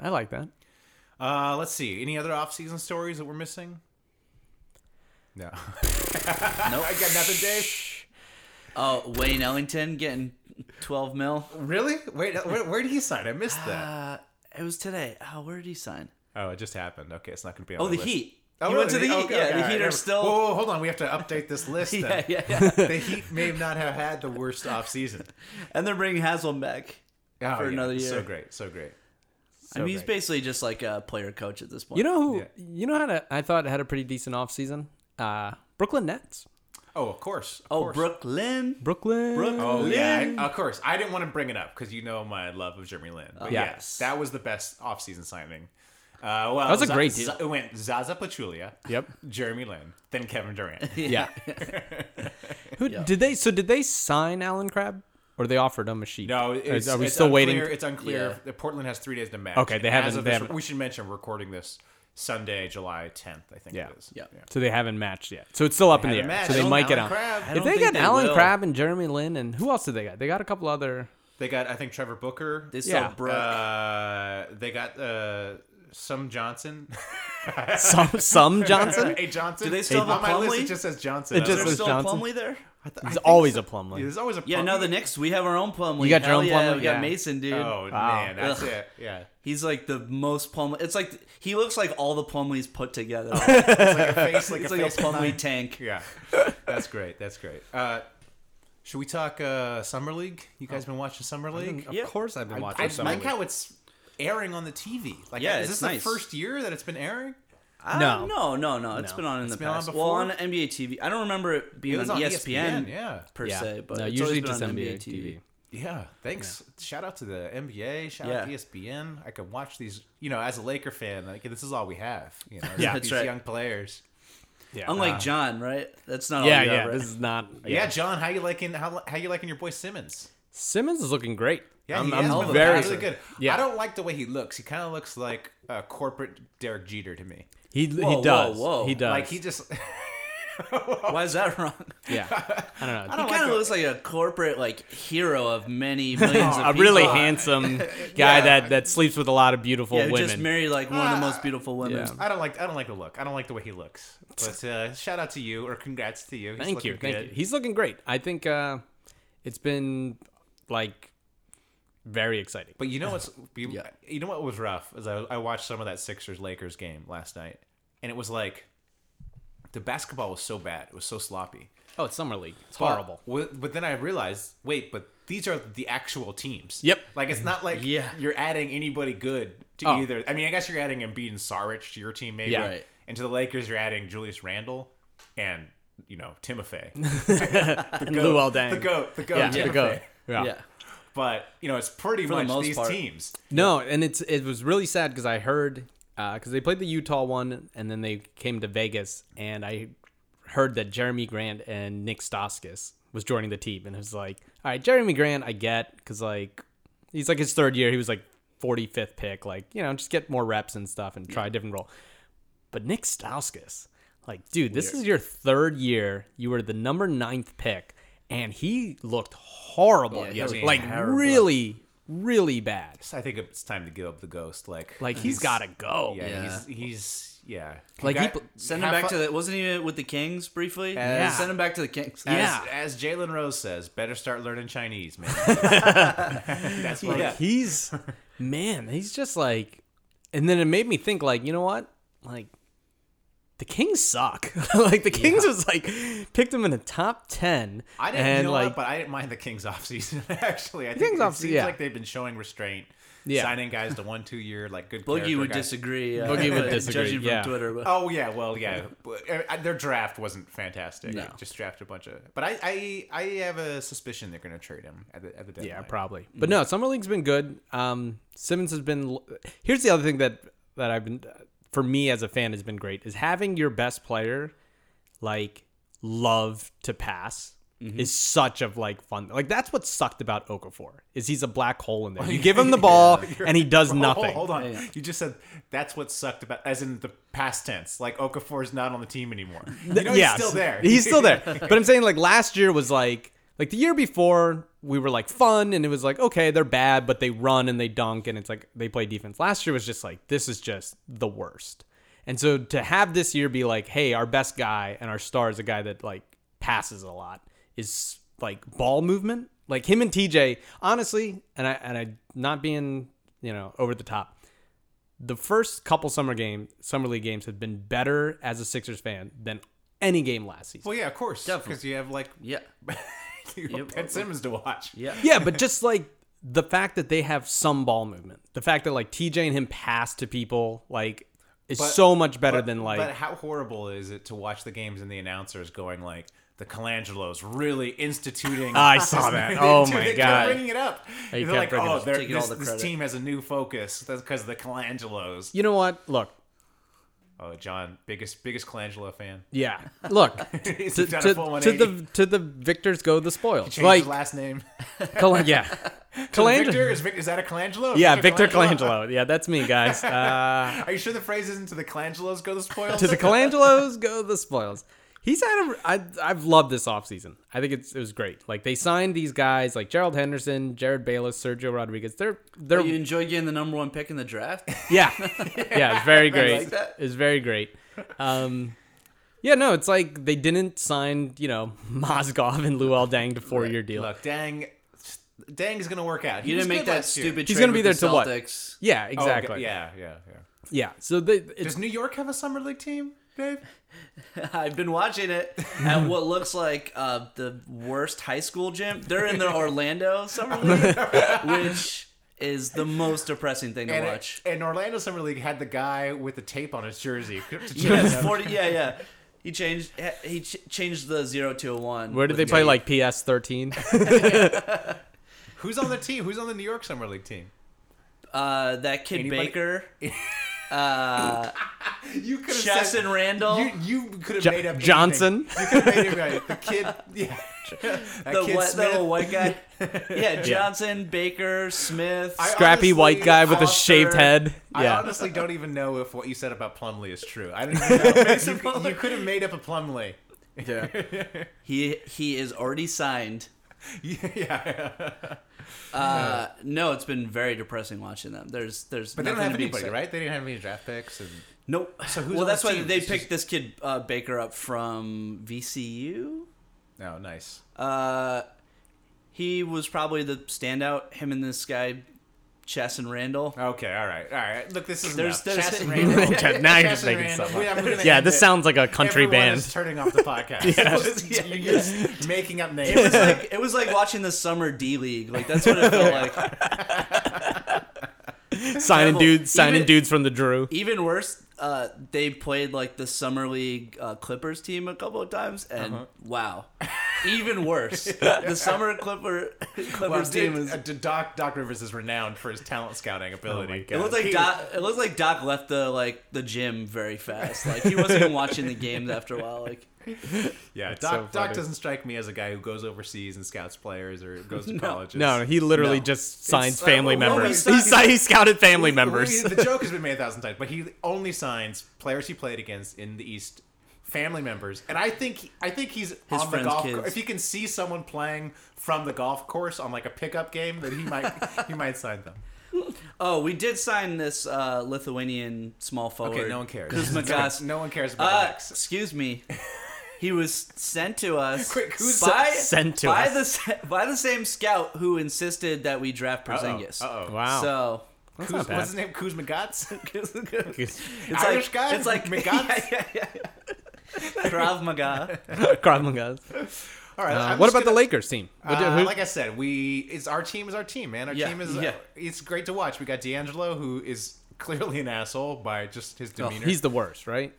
yeah. I like that.
Uh, let's see. Any other off-season stories that we're missing? <laughs> No. nope. I got nothing, Dave.
Oh, Wayne Ellington getting twelve mil.
Really? Wait, uh, where, where did he sign? I missed
Uh,
that.
It was today. Oh, where did he sign?
oh, it just happened. Okay, it's not going to be on
Oh,
my
the
list.
Heat.
Oh,
he
really?
went to the Heat.
Okay,
yeah,
okay,
the
I
Heat are
never-
still.
Whoa, whoa, hold on. We have to update this list.
<laughs> Yeah,
then.
yeah, yeah.
<laughs> The Heat may not have had the worst offseason.
and they're bringing Haslam back.
Oh,
<laughs> For another
So
year.
great, so great.
I mean, he's basically just like a player coach at this point.
You know who? You know how to? I thought had a pretty decent offseason? Uh, Brooklyn Nets.
Oh, of course. Of
oh
course.
Brooklyn.
Brooklyn.
Brooklyn.
Oh yeah, I- of course. I didn't want to bring it up because you know my love of Jeremy Lin. But
Yeah.
yes, that was the best offseason signing. Uh, well, that
was a great deal.
It went Zaza Pachulia,
Yep.
Jeremy Lin, then Kevin Durant.
<laughs> Yeah. who did they? So did they sign Alan Crab, or they offered him a sheet?
No,
Or
it's,
are we
it's
still
unclear,
waiting?
It's unclear. Portland has three days to match.
Okay, they
And as
haven't-
of
they
this-
haven't-
We should mention recording this Sunday, July 10th. I think
Yeah.
it is.
Yeah.
So they haven't matched yet. So it's still up in the
haven't
air.
matched.
So they
Still
might get
Allen Crabbe. I
on. If
don't
they
think
got
they
Alan
will.
Crab and Jeremy Lin and who else did they got? They got a couple other.
They got, I think, Trevor Booker.
They
Yeah.
saw Brooke.
uh, they got uh, some Johnson.
<laughs>
<laughs>
Some <laughs> some Johnson.
hey Johnson.
Do they still have a
on my list?
Plumlee?
It just says Johnson.
It
I don't
just
There's
says
know.
still
Johnson.
a Plumlee there.
There's always a plum
Yeah,
line.
there's always a
Yeah,
Plumlee.
no, the Knicks we have our own Plumlee.
You got your
Hell
own
yeah,
Plumlee?
We got
Yeah.
Mason, dude.
Oh
Wow.
man, that's
Ugh.
it. Yeah,
He's like the most Plumlee. It's like he looks like all the Plumlees
<laughs>
put together.
it's like a face, like
it's
a
like a
face
Plumlee tank.
<laughs> Yeah, that's great. That's great. Uh, should we talk uh, summer league? You guys been watching summer league?
Yeah.
Of course, I've been
I,
watching.
I
some
like
of it.
how it's airing on the TV. Like,
Yeah,
is this
it's
the
nice.
first year that it's been airing?
I-
No.
no, no, no. It's
No.
been on in the
been on
past.
before?
well, on NBA TV. I don't remember it being
It was
on, E
on E
ESPN,
Yeah,
per
Yeah.
se, but
no,
it's
usually
always been
just
on
NBA TV.
yeah. Thanks. Shout out to the NBA. Shout out to E
Yeah.
ESPN. I could watch these. You know, as a Laker fan, like this is all we have. You
<laughs>
know,
Yeah.
these
That's right.
young players.
Yeah.
Ah.
Unlike John, right? That's not
yeah,
all you got,
yeah.
right?
This is not.
Yeah. John, how you liking how how you liking your boy Simmons?
Simmons is looking great.
Yeah,
I'm,
he
I'm
is one of the
very
really good.
Yeah.
I don't like the way he looks. He kind of looks like a corporate Derek Jeter to me.
He
Whoa,
he does.
whoa, whoa.
He does.
Like he just <laughs> Oh.
Why is that wrong?
yeah. I don't know.
He kind of looks like a corporate like hero of
<laughs>
many millions of
a really
people.
handsome guy that that sleeps with a lot of beautiful
yeah, who
women.
just married like one of the most beautiful women.
yeah.
I don't like I don't like the look. I don't like the way he looks. But uh, shout out to you or congrats to you. He's
thank you,
looking
thank
good.
you. He's looking great. I think uh, it's been like very exciting.
But you know
<laughs>
what's you, you know what was rough is I, I watched some of that Sixers Lakers game last night, and it was like the basketball was so bad. It was so sloppy.
Oh, it's summer league. It's
But-
horrible.
But, but then I realized, wait, but these are the actual teams.
Yep.
Like it's not like
Yeah.
you're adding anybody good to
Oh.
either. I mean, I guess you're adding Embiid and Saric to your team, maybe.
Yeah.
Right.
And to the Lakers, you're adding Julius Randle and you know
<laughs>
Timofey,
And Lou Aldang.
the goat, the goat,
Yeah,
Timofey.
the goat. Yeah.
Yeah.
But you know, it's pretty
the
much
most
these
part.
teams.
No, and it's it was really sad because I heard because they played the Utah one and then they came to Vegas and I heard that Jeremy Grant and Nick Staskis was joining the team and it was like, all right, Jeremy Grant, I get because like he's like his third year, he was like 45th pick, like you know, just get more reps and stuff and try a different role. But Nick Stauskas, like, dude, this is your third year. You were the number ninth pick, and he looked horrible.
he was
like
terrible.
really, really bad.
I think it's time to give up the ghost. Like,
Like he's got to go.
yeah,
Yeah.
he's he's yeah.
Like, he
got-
pl-
Send him
have
back
fun-
to the. Wasn't he with the Kings briefly?
Yeah.
Send him back to the Kings.
As,
Yeah.
as Jalen Rose says, better start learning Chinese, man. That's what <laughs>
Like, he's man, he's just like, and then it made me think like, you know what, like. The Kings suck. <laughs> like the Kings was like picked him in the top ten.
I didn't
and,
know
like,
that, but I didn't mind the Kings <laughs> offseason. Actually, I think
Kings
it
offseason,
seems
yeah.
like they've been showing restraint,
Yeah.
signing guys to one, two year, like good.
Boogie
character
would
guys.
disagree. Uh,
Boogie would
but
disagree,
<laughs> Judging from
yeah.
Twitter, but
Oh yeah, well yeah. But, uh, Their draft wasn't fantastic.
No.
They Just drafted a bunch of. But I, I, I have a suspicion they're going to trade him at the at the deadline.
Yeah, probably.
mm.
But no, summer league's been good. Um, Simmons has been. l- Here's the other thing that that I've been for me as a fan has been great is having your best player like love to pass.
Mm-hmm.
Is such of like fun like that's what sucked about Okafor is he's a black hole in there.
<laughs>
You give him the ball and he does
Hold,
nothing.
hold on, you just said that's what sucked about, as in the past tense. Like Okafor is not on the team
<laughs>
anymore. <laughs> You know,
Yes.
he's still there.
He's
<laughs>
still there. But I'm saying like last year was like like the year before we were like fun and it was like okay they're bad but they run and they dunk and it's like they play defense. Last year was just like this is just the worst. And so to have this year be like hey our best guy and our star is a guy that like passes a lot is like ball movement. Like him and TJ honestly and I and I not being you know over the top the first couple summer game summer league games have been better as a Sixers fan than any game
<laughs>
last season.
Well, yeah, of course, because you have like <laughs>
yeah,
you have Ben Simmons to watch.
yeah,
yeah, but just like the fact that they have some ball movement, the fact that like TJ and him pass to people, like, is
But-
so much better
but-
than like.
But how horrible is it to watch the games and the announcers going like the Colangelo's really instituting?
<laughs> I saw that. Oh
Dude,
my
they kept
God.
bringing it up.
They
They're
kept
like,
bringing it
oh,
up.
they're-
Taking all
this,
the
this
credit."
team has a new focus. That's because of the Colangelo's.
you know what? Look,
Oh, John, biggest biggest Colangelo fan.
yeah, look
<laughs>
to,
He's
to,
done a
to
full
the
180.
to the victors go the spoils.
Changed
Like,
his last name. <laughs>
Colan- yeah,
Victor
Colangelo.
is, Vic- is that a Colangelo?
Yeah, Victor Colangelo. Yeah, that's
<laughs>
me, guys. Uh,
Are you sure the phrase isn't to the Colangelo's go the spoils? <laughs>
to the Colangelos go the spoils. He's had a. I, I've loved this offseason. I think it's, it was great. Like they signed these guys like Gerald Henderson, Jared Bayless, Sergio Rodriguez. They're they're
You enjoy getting the number one pick in
<laughs>
the draft?
yeah
<laughs>
yeah. It's very great.
like that.
It's very great. Um, yeah, no, it's like they didn't sign you know <laughs> Mozgov and Luol Dang to four year deal.
Look, Dang, Dang is gonna work out. He
You
was
didn't make
good
that
last year.
stupid.
He's
trade
gonna be
with
there
the
till what?
Celtics.
Yeah,
Oh, okay.
exactly. yeah,
Yeah, yeah, yeah.
yeah. So they, it's,
Does New York have a summer league team, Dave?
I've been
<laughs>
watching it at what looks like uh, the worst high school gym. They're
<laughs>
in the Orlando summer league, which is the most depressing thing to
And,
watch.
<laughs> and Orlando Summer League had the guy with the tape on his
<laughs>
jersey. to change
Yeah, it's
them.
40, yeah, yeah. He changed. He ch- changed the zero to a one.
where did they
with
play
Dave.
like PS
<laughs>
thirteen?
Who's on the team? Who's on the New York Summer League team?
uh, that kid
Anybody-
Baker,
You could have
Justin
said
Randall,
you, you could have
Jo-
made up anything.
Johnson?
You could have made
<laughs>
it right. The kid, yeah, <laughs> That
the
kid
white, the
Smith.
little
<laughs>
white guy. Yeah, Johnson, Baker, Smith.
I
Scrappy white
honestly-
guy with a
Foster-
shaved head.
I
Yeah,
honestly don't even know if what you said about Plumley is true. I
<laughs>
don't even know. you, you could have made up a Plumley.
he he is already signed.
Yeah, yeah.
Uh, no, it's been very depressing watching them. There's there's
But they don't
nothing
have
to be
anybody,
excited-
right? They didn't have any draft picks. And...
Nope.
So who's
well,
on
that's
the
why
team?
they
It's
picked this kid uh, Baker up from VCU.
No, oh, nice.
Uh, he was probably the standout. Him and this guy, Chess and Randall.
Okay, all right, all right. Look, this is
There's-
there's,
there's- <laughs>
Chess and <laughs> Randall.
<laughs> now you're
Chess
just
and
making
Randall.
stuff
We-
up.
I'm gonna
Yeah,
end
this
it.
sounds like a country
Everyone
band.
Is turning off
<laughs>
the podcast. <laughs> You're just making up names. <laughs>
It was like watching the summer D League. Like that's what it felt
<laughs>
like.
signing
Devil.
dudes, signing
Even-
dudes from the Drew.
Even worse, uh, they played like the summer league uh, Clippers team a couple of times, and
Uh-huh.
wow, even
<laughs>
worse. the summer Clipper Clippers
Well,
team
dude,
is.
uh, Doc, Doc Rivers is renowned for his talent
Oh
scouting ability.
It looks like Doc. It looks like Doc left the like the gym very fast. Like he wasn't even watching the games after a while. Like
yeah, Doc,
so
Doc
funny.
doesn't strike me as a guy who goes overseas and scouts players or goes to colleges.
<laughs> No, he literally
No.
just signs
It's-
family
uh, well,
members.
he's-
He, si- he scouted family
<laughs> We-
members.
the joke has been made a thousand times, but he only signs players he played against in the East, family members, and I think I think he's on the
friends'
golf.
kids.
course. If he can see someone playing from the golf course on like a pickup game, then he might <laughs> he might sign them.
oh, we did sign this uh, Lithuanian small forward.
Okay, <laughs> no one cares.
Kuzmikas.
No one cares about
Uh,
the Knicks. <laughs>
excuse me. He was sent to us
Quick, who's
by,
sent to
by
us?
the sa- by the same scout who insisted that we draft Porzingis.
Uh oh.
<laughs> wow.
So
That's
Kuz,
not
what's his
bad.
name? <laughs> Kuzma Gotz?
it's like
Irish guy?
It's like
McGuts?
<laughs> yeah, yeah, yeah, yeah.
<laughs>
Krav Maga.
<laughs> Krav Maga.
All right.
Uh,
I'm
what
just
about the
gonna-
Lakers team? What do-
Uh,
who-
like I said, we it's our team is our team, man. Our
Yeah,
team is uh,
yeah.
it's great to watch. We got D'Angelo, who is clearly an asshole by just his demeanor.
Oh, he's the worst, right?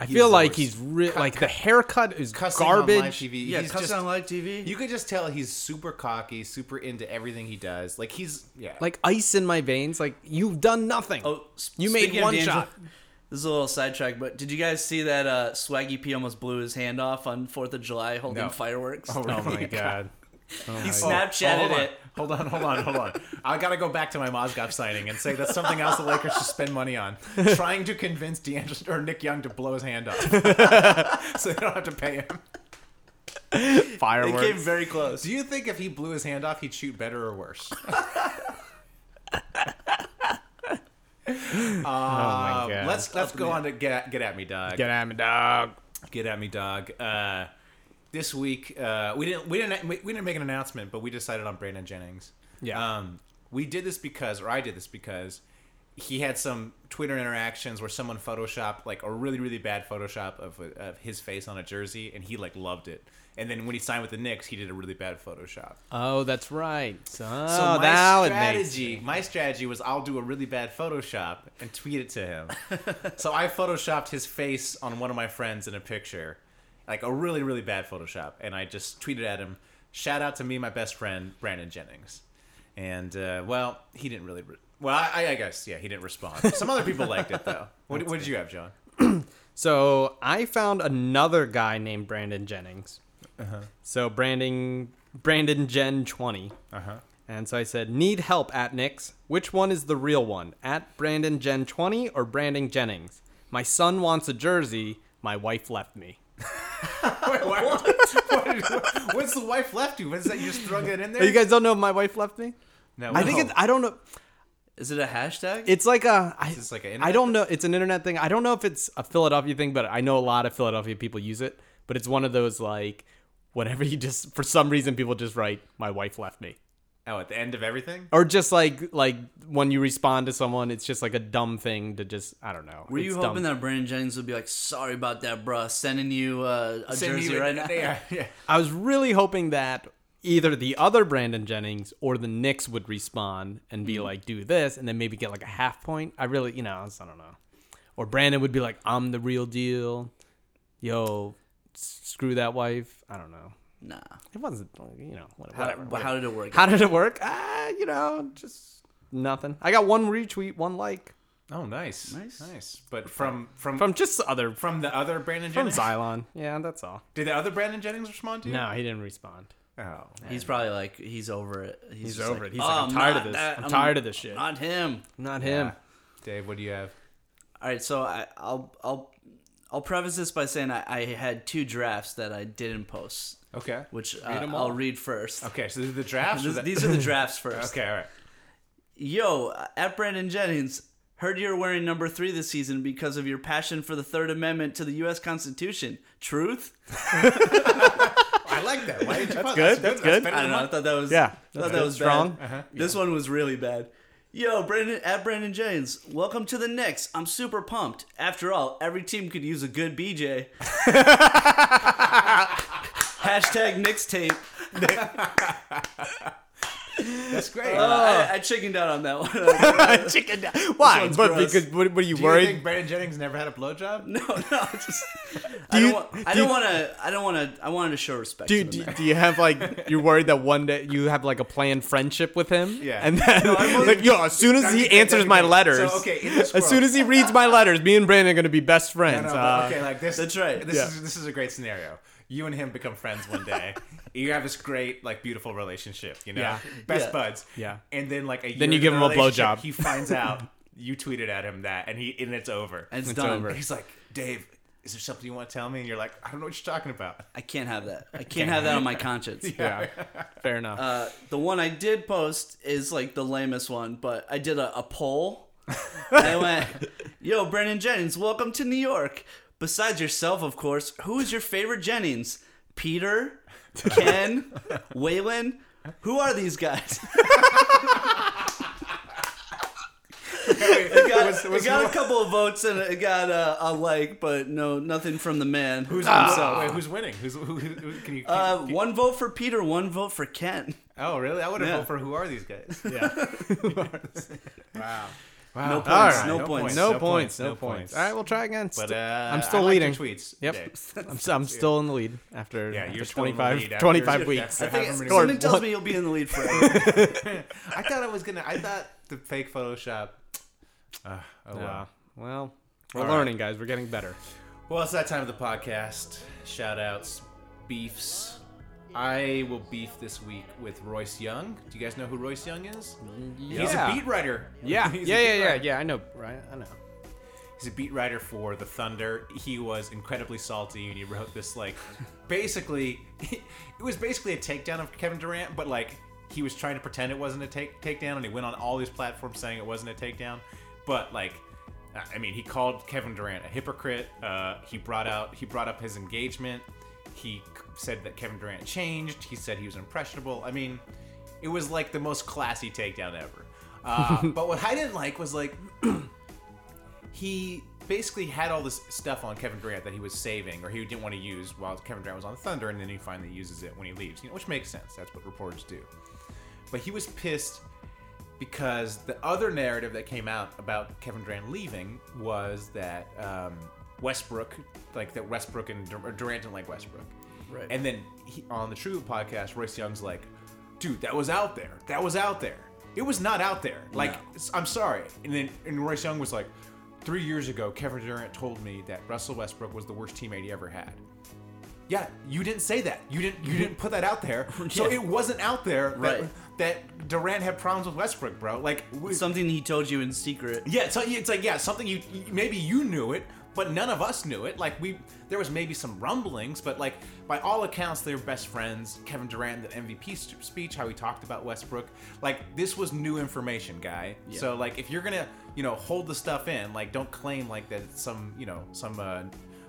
I feel
the
like
worst.
he's re- like the haircut is
cussing on live
garbage.
TV.
Yeah,
he's
cussing
just,
on live TV.
You could just tell he's super cocky, super into everything he does. Like he's yeah.
Like ice in my veins. Like you've done nothing.
Oh, s-
you made
speaking of
one
D'Angelo-
shot.
This is a little sidetrack, but did you guys see that uh, Swaggy P almost blew his hand off on Fourth of July holding
No.
fireworks? <laughs>
Oh <laughs> my god.
he
Oh, hold
Snapchatted
on.
it.
Hold on, hold on, hold on. I gotta go back to my Mozgov signing and say that's something else the Lakers should spend money
<laughs>
on. Trying to convince D'Angelo or Nick Young to blow his hand
<laughs>
off, so they don't have to pay him.
It
Fireworks.
came very close.
Do you think if he blew his hand off, he'd shoot better or worse?
my
Um, let's let's go on to get get at me, dog.
get at me, dog.
Get at me, dog. Uh, this week uh, we didn't we didn't we didn't make an announcement, but we decided on Brandon Jennings.
Yeah.
Um, we did this because, or I did this because, he had some Twitter interactions where someone photoshopped like a really really bad Photoshop of of his face on a jersey, and he like loved it. And then when he signed with the Knicks, he did a really bad Photoshop.
Oh, that's right. Ah, So,
So
now
my
it makes
strategy, my strategy was I'll do a really bad Photoshop and tweet it to
<laughs>
him. so I photoshopped his face on one of my friends in a picture, like a really really bad Photoshop, and I just tweeted at him. Shout out to me, my best friend Brandon Jennings, and uh, well, he didn't really. Re- well, I, I guess yeah, he didn't respond. Some other people liked it
<laughs>
though. What, what did you have, John?
So I found another guy named Brandon Jennings. Uh-huh. So Brandon Brandon Jen twenty. And so I said, need help at Nix. Which one is the real one? At Brandon Jen twenty or Brandon Jennings? My son wants a jersey. My wife left me.
Wait, why- what- what's the wife left you? What's that? You just throw that in there?
Oh, you guys don't know my wife left me?
no,
I think it's, I don't know.
Is it a hashtag?
It's like a. I,
this like an
I
internet
don't know. It's an internet thing. I don't know if it's a Philadelphia thing, but I know a lot of Philadelphia people use it. But it's one of those like, whenever you just for some reason people just write, "My wife left me,"
oh, at the end of everything.
or just like like when you respond to someone, it's just like a dumb thing to just I don't know.
Were you hoping that Brandon Jennings would be like, sorry about that, bruh, sending you uh, a
Send
jersey
you-
right now?
<laughs> Yeah, yeah.
I was really hoping that either the other Brandon Jennings or the Knicks would respond and
Mm-hmm.
be like, "Do this," and then maybe get like a half point. I really, you know, I was- I don't know. Or Brandon would be like, "I'm the real deal." Yo, s- screw that wife. I don't know.
Nah.
It wasn't, you know, whatever.
How,
whatever,
but how did it
<laughs>
work?
How did it work? Ah, you know, just nothing. I got one retweet, one like
Oh, nice,
Nice.
nice. But from from from,
from just other from,
the other Brandon
from
Jennings.
Xylon. Yeah, that's all.
Did the other Brandon Jennings respond to you?
No, he didn't respond.
Oh,
he's probably like, he's over it. He's,
He's
just
over it. He's like, "Ah." I'm tired of this. I'm tired of this shit."
Not him.
Not him.
Dave, what do you have?
All right, so I, I'll I'll I'll preface this by saying I, I had two drafts that I didn't post,
Okay.
which uh,
'em all.
I'll read first.
Okay, so this is the draft.
This- these are the drafts
<laughs>
first.
okay, all right.
Yo, at Brandon Jennings, heard you're wearing number three this season because of your passion for the Third Amendment to the U.S. Constitution. Truth?
I like that. Why did you? That's
good, that's good.
better
I
than
don't know. I
mine.
thought that was
Yeah,
I thought
that's
that was
strong.
strong. This one was really bad. Yo, Brandon at Brandon Jennings, welcome to the Knicks. I'm super pumped. After all, every team could use a good BJ.
<laughs>
Hashtag Knicks tape.
That's great.
Uh,
Oh.
I, I chickened out on
<laughs>
that one. <laughs>
Chicken. Why?
one's
But
gross.
because what, what are you
do you
worried?
think Brandon Jennings never had a blowjob?
<laughs> no, no, it's just, I
you-
don't want. I
do you-
don't want to. I don't want to. I wanted to show respect.
do,
to the
do,
man.
do you have like you're worried that one day you have like a planned friendship with him?
Yeah.
And then
wasn't-
like yo, as soon as
That'd
he
be-
answers
that'd be
my
great.
letters,
So, okay, in the
as soon
scroll.
as he reads my letters, me and Brandon are gonna be best
No,
friends.
but,
uh,
okay, like this.
that's right.
This
Yeah.
is this is a great scenario. You and him become friends one
<laughs>
day. you have this great, like, beautiful relationship. You know,
Yeah.
best
Yeah.
buds.
Yeah.
And then, like, a year
Then you
into
give
the
him a
relationship,
blowjob.
He
<laughs>
finds out you tweeted at him that, and he and it's over.
It's,
It's
done.
over.
He's like, Dave, is there something you want to tell me? And you're like, I don't know what you're talking about.
I can't have that. I can't have that on my <laughs> conscience.
Yeah. Fair enough.
Uh, the one I did post is like the lamest one, but I did a, a poll. I <laughs> went, "Yo, Brandon Jennings, welcome to New York. Besides yourself, of course, who is your favorite Jennings? Peter, <laughs> Ken, Waylon? Who are these guys?" <laughs> It got, it got a couple of votes and it got a, a like, but no, nothing from the man
Who's,
Ah.
himself.
wait, who's winning? Who's who, who, who- can you? Can,
Uh,
can-
one vote for Peter, one vote for Ken.
oh, really? I would have
yeah.
voted for who are these
<laughs>
guys? wow. Wow.
No points, Ah, no points.
no, points, No points. All right, we'll try again.
But uh,
I'm still
I like your
leading.
tweets.
Yep.
Dave.
<laughs> I'm, s- I'm still in the lead after,
Yeah,
after
you're still in the
25,
lead after-
25
after- <laughs>
weeks.
after-
Think-
However many-
Something tells me you'll be in the lead <laughs> forever.
I thought I was gonna. I thought the fake Photoshop. Uh, oh
Yeah.
wow.
Well, we're
All right.
learning, guys. We're getting better.
Well, it's that time of the podcast. Shout outs, beefs. I will beef this week with Royce Young. Do you guys know who Royce Young is? He's a
Yeah.
beat writer. <laughs>
Yeah.
He's a
yeah,
beat
yeah, yeah,
writer.
yeah. I know, right? I know.
He's a beat writer for the Thunder. He was incredibly salty, and he wrote this like, basically, it was basically a takedown of Kevin Durant, but like he was trying to pretend it wasn't a take takedown, and he went on all these platforms saying it wasn't a takedown. But like, I I mean, he called Kevin Durant a hypocrite. Uh, he brought out he brought up his engagement. He c- said that Kevin Durant changed. He said he was impressionable. I mean, it was like the most classy takedown ever. Uh, but what I didn't like was like he basically had all this stuff on Kevin Durant that he was saving or he didn't want to use while Kevin Durant was on the Thunder, and then he finally uses it when he leaves, you know, which makes sense. That's what reporters do. But he was pissed because the other narrative that came out about Kevin Durant leaving was that um, Westbrook, like that Westbrook and Dur- Durant didn't like Westbrook. Right. And then he, on the True podcast, Royce Young's like, dude, that was out there. That was out there. It was not out there. Like, s- I'm sorry. And then and Royce Young was like, three years ago, Kevin Durant told me that Russell Westbrook was the worst teammate he ever had. Yeah, you didn't say that. You didn't.
<laughs>
You didn't put that out there. So
Yeah.
it wasn't out there. that-
Right.
that Durant had problems with Westbrook, bro. Like, we,
Something he told you in secret.
yeah, so it's like yeah, something you you- maybe you knew it, but none of us knew it. Like we, there was maybe some rumblings, but like by all accounts, they were best friends. Kevin Durant, the MVP st- speech, how he talked about Westbrook, like this was new information, guy. So like if you're gonna you know hold the stuff in, like don't claim like that it's some you know some uh,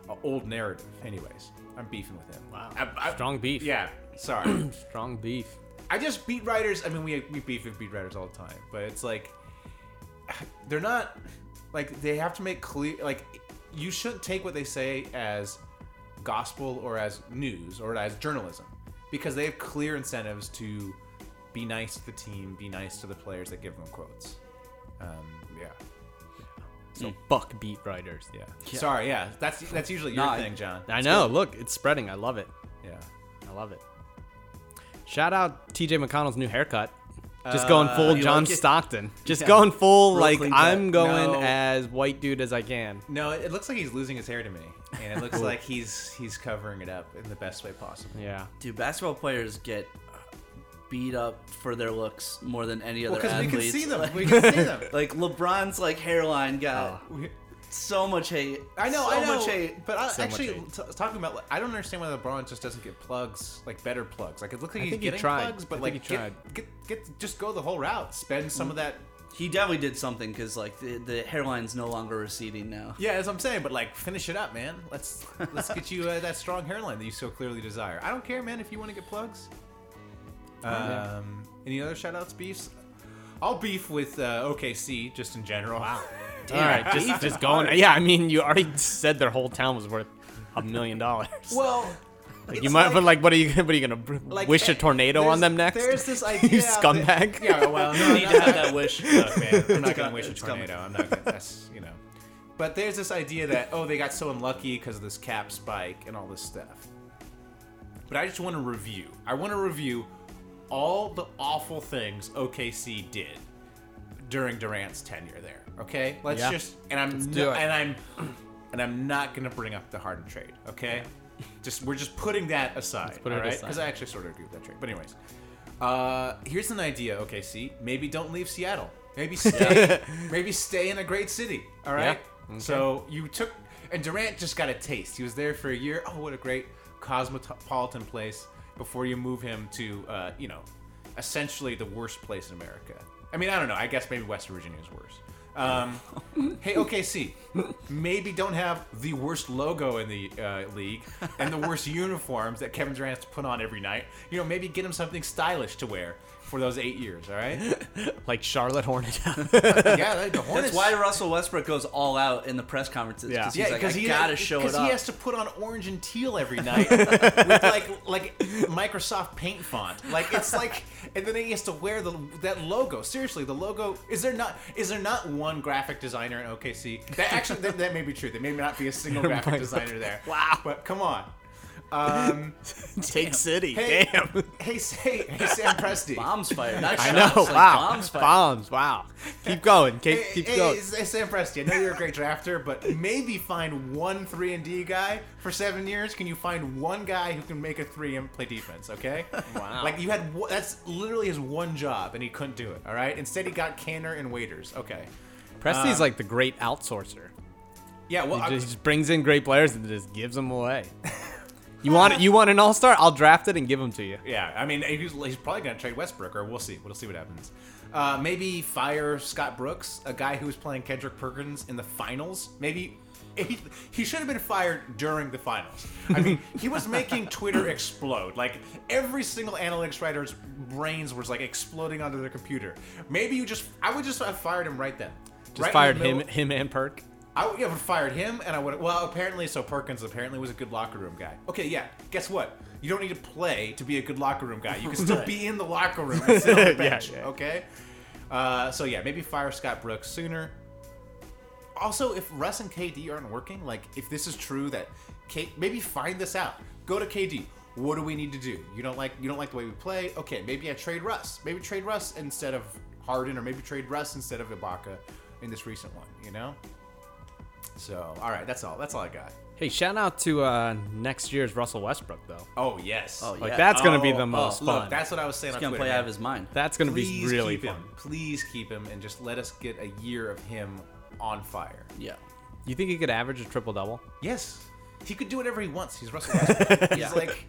uh, old narrative. Anyways, I'm beefing with him. Wow,
Strong beef.
Yeah, sorry.
Strong beef.
I just beat writers. I mean, we we beef with beat writers all the time, but it's like they're not like they have to make clear like you shouldn't take what they say as gospel or as news or as journalism because they have clear incentives to be nice to the team, be nice to the players that give them quotes. Um, yeah,
So buck beat writers.
yeah. Sorry, yeah. That's that's usually your
Nah, I-
thing, John.
I know. Look, it's spreading. I love it.
Yeah.
I love it. Shout out TJ McConnell's new haircut. Just going full
you
John
like it?
Stockton. Just
Yeah.
going full
Real
like
clean cut.
I'm going
No.
as white dude as I can.
No, it it looks like he's losing his hair to me, and it looks like he's he's covering it up in the best way possible.
Yeah.
Dude, basketball players get beat up for their looks more than any other
Because we
athletes.
can see them.
<laughs>
Like,
We can see them.
like, LeBron's like hairline got
We-
so much hate.
I know,
so
I know.
Much hate.
But I,
So much
actually,
hate.
t- talking about, like, I don't understand why LeBron just doesn't get plugs, like better plugs. Like it looks like
I
he's
think he
getting
tried.
plugs, but
I
like
think he Mm.
get, get get just go the whole route. Spend some of that.
He definitely did something because like the, the hairline's no longer receding now.
Yeah, as I'm saying, but like finish it up, man. Let's let's get you uh, that strong hairline that you so clearly desire. I don't care, man. If you want to get plugs. Um, any other shout outs, beefs? I'll beef with uh, OKC just in
<laughs>
general. Wow.
All right. Just just going. Yeah. I mean, you already said their whole town was worth a million dollars.
Well,
Like, you
it's
might, but like, what are you? What are you gonna br-
like,
wish a
eh,
tornado
there's-
on them next?
There's
<laughs>
this idea.
<laughs> you
that-
scumbag.
yeah, well, no,
You need to have
<laughs>
that wish.
Look, man, I'm not gonna
coming.
wish a
It's coming.
tornado. I'm not gonna. That's you know. But there's this idea that oh, they got so unlucky because of this cap spike and all this stuff. But I just want to review. I want to review all the awful things OKC did during Durant's tenure there. Okay, let's
Yeah.
just and I'm
do
no-
it.
and I'm <clears throat> and I'm not gonna bring up the Harden trade. Okay, just we're just putting that aside.
put it
all right,
aside.
because I actually sort of agree with that trade. But anyways, uh, here's an idea, OKC. Maybe don't leave Seattle. Maybe stay. maybe stay in a great city. All right. So you took and Durant just got a taste. He was there for a year. Oh, what a great cosmopolitan place. Before you move him to, uh, you know, essentially the worst place in America. I mean, I don't know. I guess maybe West Virginia is worse. Um, hey, OKC, maybe don't have the worst logo in the uh, league and the
<laughs>
worst uniforms that Kevin Durant has to put on every night. You know, maybe get him something stylish to wear for those eight years. All right?
<laughs>
<laughs>
Like Charlotte Hornet.
yeah, like the Hornets.
That's why Russell Westbrook goes all out in the press conferences.
Yeah.
because he's
Yeah,
like, I
because he
gotta show it
Because he
up.
has to put on orange and teal
<laughs>
every night with like like Microsoft Paint font. Like it's like, and then he has to wear the that logo. Seriously, the logo is there not is there not one graphic designer in OKC? That actually that, that may be true. There may not be a
<laughs>
single graphic designer there. Wow, but come on. Um,
Take city.
hey, <laughs>
Damn.
hey, say, hey, Sam Presti.
bombs fired. Not
I
shots,
know.
like,
wow.
Bombs
Bombs,
fired.
Wow. Keep going. Keep,
Hey,
keep
hey,
going.
hey, Sam Presti, I know you're a great drafter, but maybe find one three and D guy for seven years. Can you find one guy who can make a three and play defense?
<laughs>
Okay. Wow. Like you had one- that's literally his one job, and he couldn't do it. All right. Instead, he got canner and waiters. Okay.
Presty's like the great outsourcer.
Yeah. Well,
He
I-
just, just brings in great players and just gives them away.
<laughs>
You want you want an all star? I'll draft it and give them to you.
yeah. I mean, he's, he's probably gonna trade Westbrook, or we'll see. We'll see what happens. Uh, maybe fire Scott Brooks, a guy who was playing Kendrick Perkins in the finals. Maybe he, he should have been fired during the finals. I mean, he was making Twitter explode. Like every single analytics writer's brains was like exploding onto their computer. Maybe you just I would just have fired him right then.
Just
Right in the
fired him,
middle-
him and Perk.
I would have fired him, and I would. Well, apparently, so Perkins apparently was a good locker room guy. Okay, yeah. Guess what? You don't need to play to be a good locker room guy. You can
<laughs>
still be in the locker room and sit on the bench.
yeah.
Okay. Uh, so yeah, maybe fire Scott Brooks sooner. Also, if Russ and KD aren't working, like if this is true that K, maybe find this out. Go to KD. What do we need to do? You don't like you don't like the way we play. Okay, maybe I trade Russ. Maybe trade Russ instead of Harden, or maybe trade Russ instead of Ibaka in this recent one. You know. So, all right, that's all. That's all I got.
Hey, shout out to uh, next year's Russell Westbrook though.
Oh yes. Oh
Like
Yeah.
that's gonna be
Oh,
the
oh,
most
look,
fun.
Look, that's what I was saying.
He's
on
gonna
Twitter,
play
man.
out of his mind.
that's gonna be
Please
really
keep
fun.
him. Please keep him and just let us get a year of him on fire.
Yeah.
You think he could average a triple double?
Yes, he could do whatever he wants. He's Russell Westbrook. He's
Yeah.
like,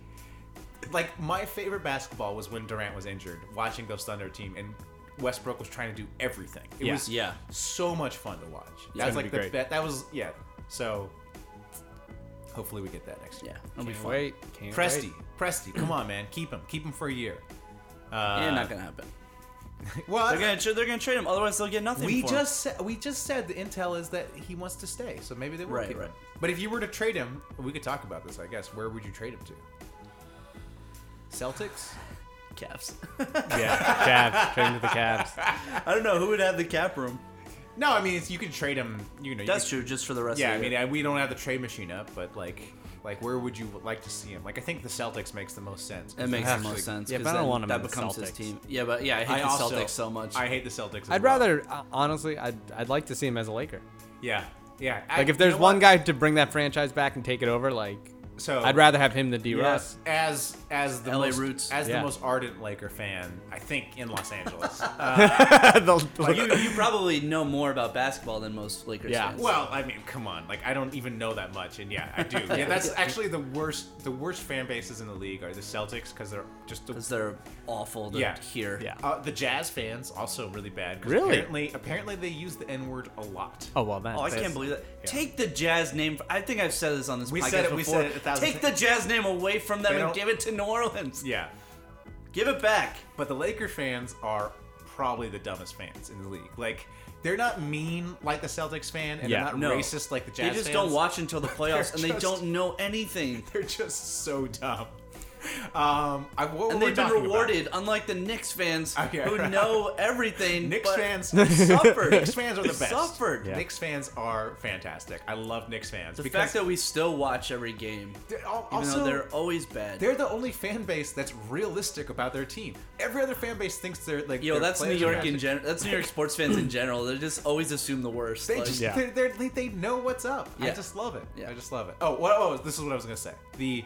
like my favorite basketball was when Durant was injured, watching those Thunder team, and Westbrook was trying to do everything. It
Yeah.
was
Yeah.
so much fun to watch.
Yeah.
That's
It's gonna
like
be
the
great.
bet. That was yeah. So hopefully we get that next year.
Yeah. It'll be
Can't
fun.
wait. Can't
Presty,
wait.
Presty, come on, man, keep him, keep him for a year.
yeah, not gonna happen.
Well,
Uh, They're gonna tra- they're gonna trade him. Otherwise, they'll get nothing.
we
for
just said, we just said the intel is that he wants to stay, so maybe they will
Right,
keep him.
right.
But if you were to trade him, we could talk about this, I guess. Where would you trade him to? <laughs> Celtics?
him. Cavs.
Yeah, Cavs. Trade him to the Cavs.
<laughs> I don't know who would have the cap room.
<laughs> No, I mean it's, you can trade him. You know, you
That's
could-
true. Just for the rest.
Yeah, I
of the
mean
year.
I, we don't have the trade machine up, but like, like where would you like to see him? Like I think the Celtics makes the most sense. 'cause
that makes the
that's
most
like-
sense.
Yeah,
'cause
but I don't
then
want him
That
in the
becomes his
Celtics.
team. Yeah, but yeah, I hate
I
the
also-
Celtics so much.
I hate the Celtics. as
<laughs> I'd
well.
rather, uh, honestly, I'd, I'd like to see him as a Laker.
Yeah, yeah. I-
Like, if
you
there's
know
one
what?
guy to bring that franchise back and take it over, like,
so
I'd rather have him than D. Russ.
as as the
LA
most,
roots.
as
Yeah.
the most ardent Laker fan, I think in Los Angeles.
<laughs>
you, you probably know more about basketball than most Lakers
Yeah.
fans.
Well, I mean, come on. Like, I don't even know that much, and yeah, I do. Yeah, that's actually the worst. The worst fan bases in the league are the Celtics because they're just the,
because they're awful. They're
Yeah.
here.
Yeah.
uh, the Jazz fans also really bad. 'cause
Really?
Apparently, apparently they use the N word a lot.
Oh, well, then.
Oh, I can't believe that. Take the Jazz name. I think I've said this on this
We
podcast
said it- we
before.
said it a thousand
Take the Jazz name away from them
They
and
don't-
give it to New Orleans.
Yeah,
Give it back.
but the Laker fans are probably the dumbest fans in the league. Like, they're not mean like the Celtics fan, and
Yeah,
they're not
no.
racist like the Jazz.
They just
fans.
don't watch <laughs> until the playoffs
They're
and they
just-
don't know anything.
<laughs> They're just so dumb. Um, I, what
And
were we
they've been
talking about?
rewarded, unlike the Knicks fans
<laughs> Okay,
who
right.
know everything.
Knicks
but
fans-
<laughs> suffered.
Knicks fans are the best.
Suffered.
Knicks fans are fantastic. I love Knicks fans.
The fact that we still watch every game,
They're al-
even
also,
though
they're,
they're always bad.
the only fan base that's realistic about their team. Every other fan base thinks they're like.
Yo,
their
that's New
players are
York
magic.
in general. That's New York sports fans in general. They just always assume the worst.
They
Like,
just <laughs>
Yeah.
they're, they're, they they know what's up. I
Yeah.
just love it.
Yeah.
I just love it. Oh, what, oh, this is what I was gonna say. The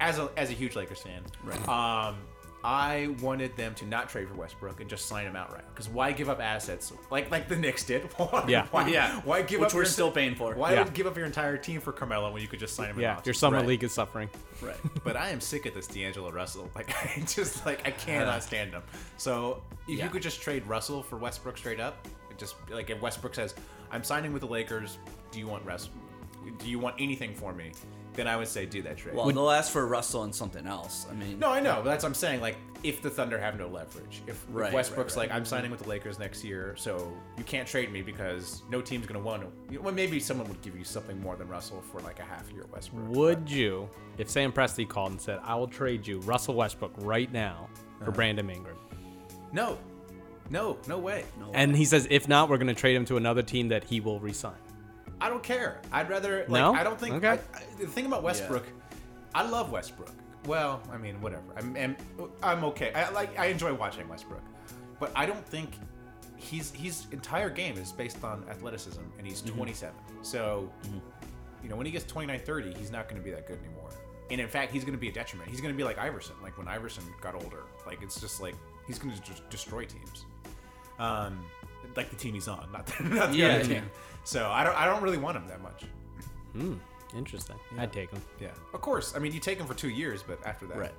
as a as a huge Lakers fan, right. um, I wanted them to not trade for Westbrook and just sign him outright. Because why give up assets like like the Knicks did? <laughs> Why-
Yeah.
why,
Yeah.
Why give
Which
up?
we're
your-
still paying for.
Why
Yeah.
would give up your entire team for Carmelo when you could just sign him?
Yeah,
in the
your
offseason?
summer
Right.
league is suffering.
<laughs>
right.
But I am sick of this D'Angelo Russell. <laughs> Like I just like I
<sighs>
cannot stand him. So if
Yeah.
you could just trade Russell for Westbrook straight up, it just like if Westbrook says, "I'm signing with the Lakers. Do you want Russ? Do you want anything for me?" Then I would say do that trade.
Well, they'll ask for Russell and something else. I mean,
no, I know, but that's what I'm saying. Like if the Thunder have no leverage, if, if
Right,
Westbrook's
right, Mm-hmm. right.
like, "I'm signing with the Lakers next year, so you can't trade me because no team's gonna want to." Well, maybe someone would give you something more than Russell for like a half year Westbrook.
Would you, if Sam Presti called and said, I will trade you Russell Westbrook right now for Brandon Ingram?
but- no, no, no way.
And he says, if not, we're going to trade him to another team that he will resign.
I don't care. I'd rather. Like,
No?
I don't think.
Okay.
I, I- the thing about Westbrook, I love Westbrook. Well, I mean, whatever. I'm, I'm, I'm okay. I like. I enjoy watching Westbrook, but I don't think he's his entire game is based on athleticism, and he's 27. So, you know, when he gets 29, 30, he's not going to be that good anymore. And in fact, he's going to be a detriment. He's going to be like Iverson, like when Iverson got older. Like it's just like he's going to just destroy teams. Um, like the team he's on, not the, <laughs> not the
Yeah,
other team.
yeah.
So I don't I don't really want him that much.
Interesting. I'd take him.
Uh, Yeah. Of course. I mean, you take him for two years, but after that,
Right.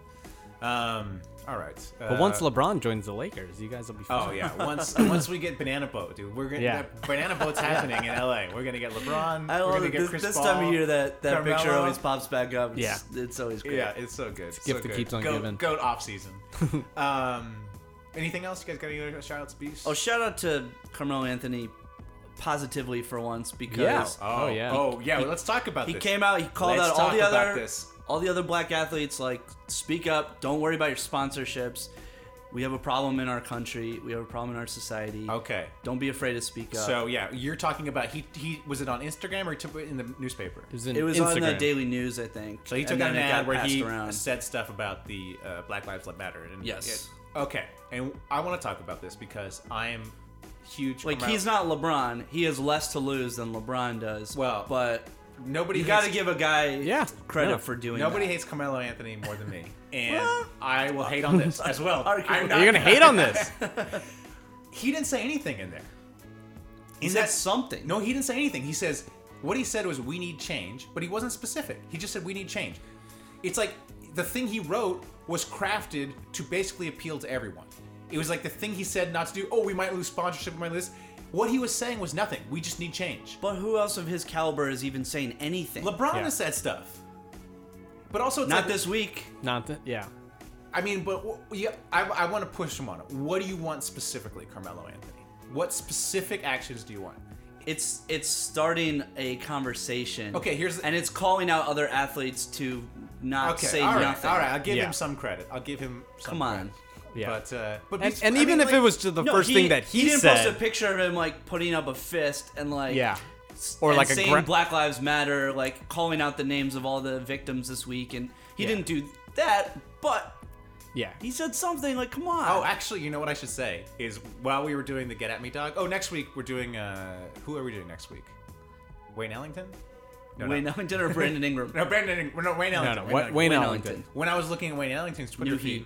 Um, all right. Uh,
But once LeBron joins the Lakers, you guys will be
<laughs>
fine.
Oh yeah, once once we get banana boat, dude, we're gonna
Yeah.
that banana boat's happening in LA. We're gonna get LeBron.
I
we're
love
gonna
it.
get
Oh, This,
Chris
this
Paul.
time of year, that, that picture
Carmelo.
always pops back up. It's,
Yeah.
it's always great.
Yeah, it's so good. It's
gift
so
that
good.
keeps on
goat,
giving.
Goat off season.
<laughs>
um, anything else? You guys got any other shout outs, Beast?
Oh, shout out to Carmelo Anthony positively for once because
Yeah. Oh, yeah.
Oh yeah. well, let's talk about
he
this.
came out, he called
Let's
out all
talk
the
about
other
this.
all the other black athletes like speak up, don't worry about your sponsorships. We have a problem in our country. We have a problem in our society.
Okay.
Don't be afraid to speak up.
So yeah, you're talking about he he was it on Instagram or he took it in the newspaper?
It was, in
it was on the
Instagram.
Daily News, I think.
So he took
and
out an
then it
ad
got
where
passed
he
around.
said stuff about the uh, Black Lives Matter. And
Yes.
it- okay, and I want to talk about this because I am huge.
like
Kamau-
he's not LeBron. He has less to lose than LeBron does.
Well,
but
Nobody.
you got to
hates-
give a guy
Yeah,
credit
no.
for doing
Nobody
that.
hates Carmelo Anthony more than
<laughs>
me, and I will hate on this as well. I'm not,
You're gonna
<laughs>
hate on this.
He didn't say anything in there.
He said something.
No, he didn't say anything. He says what he said was we need change, but he wasn't specific. He just said we need change. It's like the thing he wrote was crafted to basically appeal to everyone. It was like the thing he said not to do. Oh, we might lose sponsorship. We might lose. What he was saying was nothing. We just need change.
But who else of his caliber is even saying anything?
LeBron
Yeah.
has said stuff, but also it's
Not
like-
this week.
Not that. Yeah.
I mean, but wh- yeah, I, I want to push him on it. What do you want specifically, Carmelo Anthony? What specific actions do you want?
It's it's starting a conversation.
Okay, here's the-
and it's calling out other athletes to not
Okay,
say
all right,
nothing.
all right. I'll give
Yeah.
him some credit. I'll give him. Some
Come on.
credit.
Yeah.
But uh, but
and
he's-
and
I
even
mean,
if
like-
it was to the
No,
first thing that he,
didn't
said.
post a picture of him like putting up a fist and like
yeah.
or like
a
saying
gra-
Black Lives Matter, like calling out the names of all the victims this week, and he didn't do that, but
Yeah.
he said something like, "Come on."
Oh, actually, you know what I should say is while we were doing the Get At Me Dog. Oh, next week we're doing. uh Who are we doing next week? Wayne Ellington. No,
Wayne
no.
Ellington
<laughs>
or Brandon Ingram?
No, Brandon. No, Wayne
No,
Ellington. Wayne
no. Wa-
Ellington.
Wayne
Wayne
Ellington.
Ellington.
when I was looking at Wayne Ellington's Twitter
New
feed,
heat.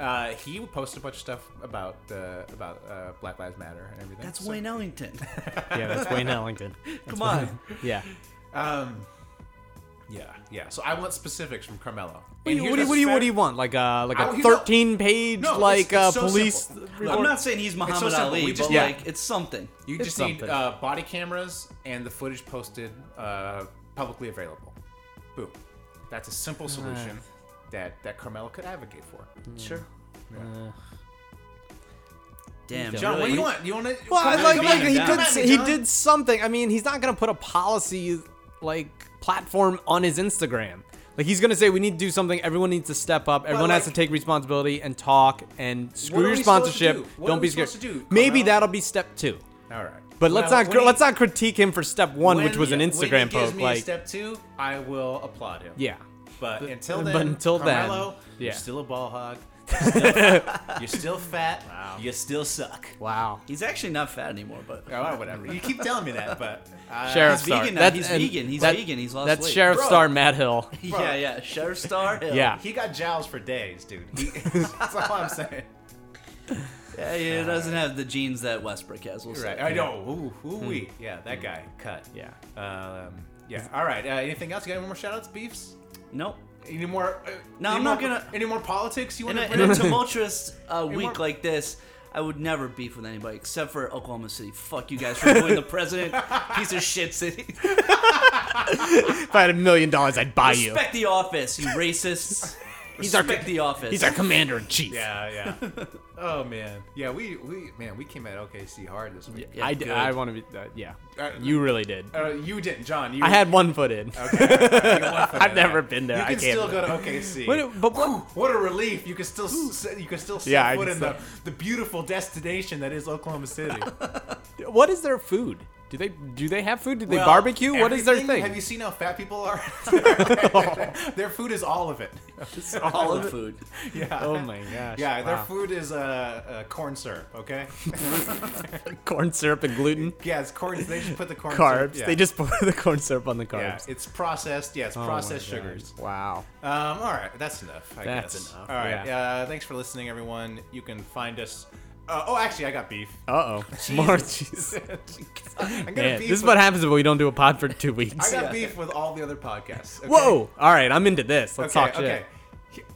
uh, he would post a bunch of stuff about uh, about uh, Black Lives Matter and everything.
That's
So-
Wayne
<laughs>
Ellington.
Yeah. That's Wayne Ellington.
Come on.
Yeah.
Um, yeah, yeah. So I want specifics from Carmelo.
What do you, what do you, what do you, what do you want? Like a like
I-
a
here's a-
thirteen page
No, it's-
like
it's
uh,
so
police
simple.
report?
I'm not saying he's Muhammad
simple.
Ali,
We just-
but
Yeah.
like it's something.
You
It's
just need
something.
uh, body cameras and the footage posted uh, publicly available. Boom. That's a
Ah.
simple solution that that Carmelo could advocate for.
Hmm.
Sure. Damn.
John, what do
really?
you want? You want to?
Well, I like, like he
down.
did
Come
s- he did something. I mean, he's not gonna put a policy like platform on his Instagram. Like he's gonna say we need to do something. Everyone needs to step up. Everyone has to
like-
take responsibility and talk and
What
screw
are
your
we supposed to
sponsorship.
do? What
Don't
are
be
we
scared.
supposed to do,
Maybe
Carmelo?
that'll be step two.
All right.
But let's
Well,
not
when
cr-
he-
let's not critique him for step one,
when
which was an
he- when he
Instagram
gives
post.
me
Like
step two, I will applaud him.
yeah,
But until then,
but until then,
Carmelo, you're
yeah.
still a ball hog. You're still, you're still
<laughs>
fat. You still suck.
wow.
He's actually not fat anymore, but
Oh, whatever. You keep telling me that, but uh,
Sheriff
he's
Star.
vegan now.
That-
He's
and
vegan. He's
that-
vegan. He's lost
That's
weight.
Sheriff
Bro.
Star Matt Hill.
yeah, yeah. Sheriff Star. Hill.
Yeah.
he got jowls for days, dude. He, <laughs> that's all I'm saying.
yeah. He doesn't have the genes that Westbrook has. We'll
You're
say.
Right. I know. Ooh, ooh, wee.
Hmm.
Yeah, that guy cut.
Yeah.
Um, yeah. All right. Uh, anything else? You got any more shout outs, beefs?
Nope.
Any more? Uh,
No,
any
I'm
more-
not gonna-
Any more politics you
in
want
a,
to <laughs>
in
bring?
<laughs>
a tumultuous uh,
more-
week like this, I would never beef with anybody except for Oklahoma City. Fuck you guys for booing the president, piece of shit city.
If I had a million dollars, I'd buy you.
Respect the office, you racists.
our-
Respect the office.
He's our commander in chief.
yeah, yeah. <laughs> oh man. Yeah, we we man we came at OKC hard this week.
Yeah,
I,
good.
want to be. Uh, yeah,
Uh,
you really did.
Uh, you didn't, John. You,
I had one foot in. <laughs> I've never been there.
You
I
can
can't.
still go to OKC.
What- but what?
What a relief! You can still s- you can still set
Yeah, I
foot
can
in the, the beautiful destination that is Oklahoma City.
What is their food? Do they do they have food? Do they <laughs>
Well,
barbecue? What is their
Everything-
thing?
Have you seen how fat people
<laughs>
are? <laughs> their food is all of it.
all the food.
Yeah.
<laughs> oh my gosh!
Yeah, their
wow.
food is uh, uh, corn syrup.
<laughs>
Okay. <laughs>
corn syrup and gluten
yeah, it's corn. They just put the corn
carbs.
Syrup, yeah.
They just pour <laughs> the corn syrup on the
Yeah,
carbs.
it's processed. Yeah, it's
Oh my
processed
God.
sugars.
Wow.
Um, all right, that's enough. I
That's
guess.
enough,
All right.
yeah.
Uh, thanks for listening, everyone. You can find us. Uh, oh, actually, I got beef. <laughs>
Uh oh. More cheese. <laughs>
I'm gonna
Man,
beef
this is
with-
what happens when we don't do
<laughs>
a pod for two
I
weeks.
got beef with all the other podcasts. okay?
Whoa! All right, I'm into this. Let's
Okay,
talk shit.
okay.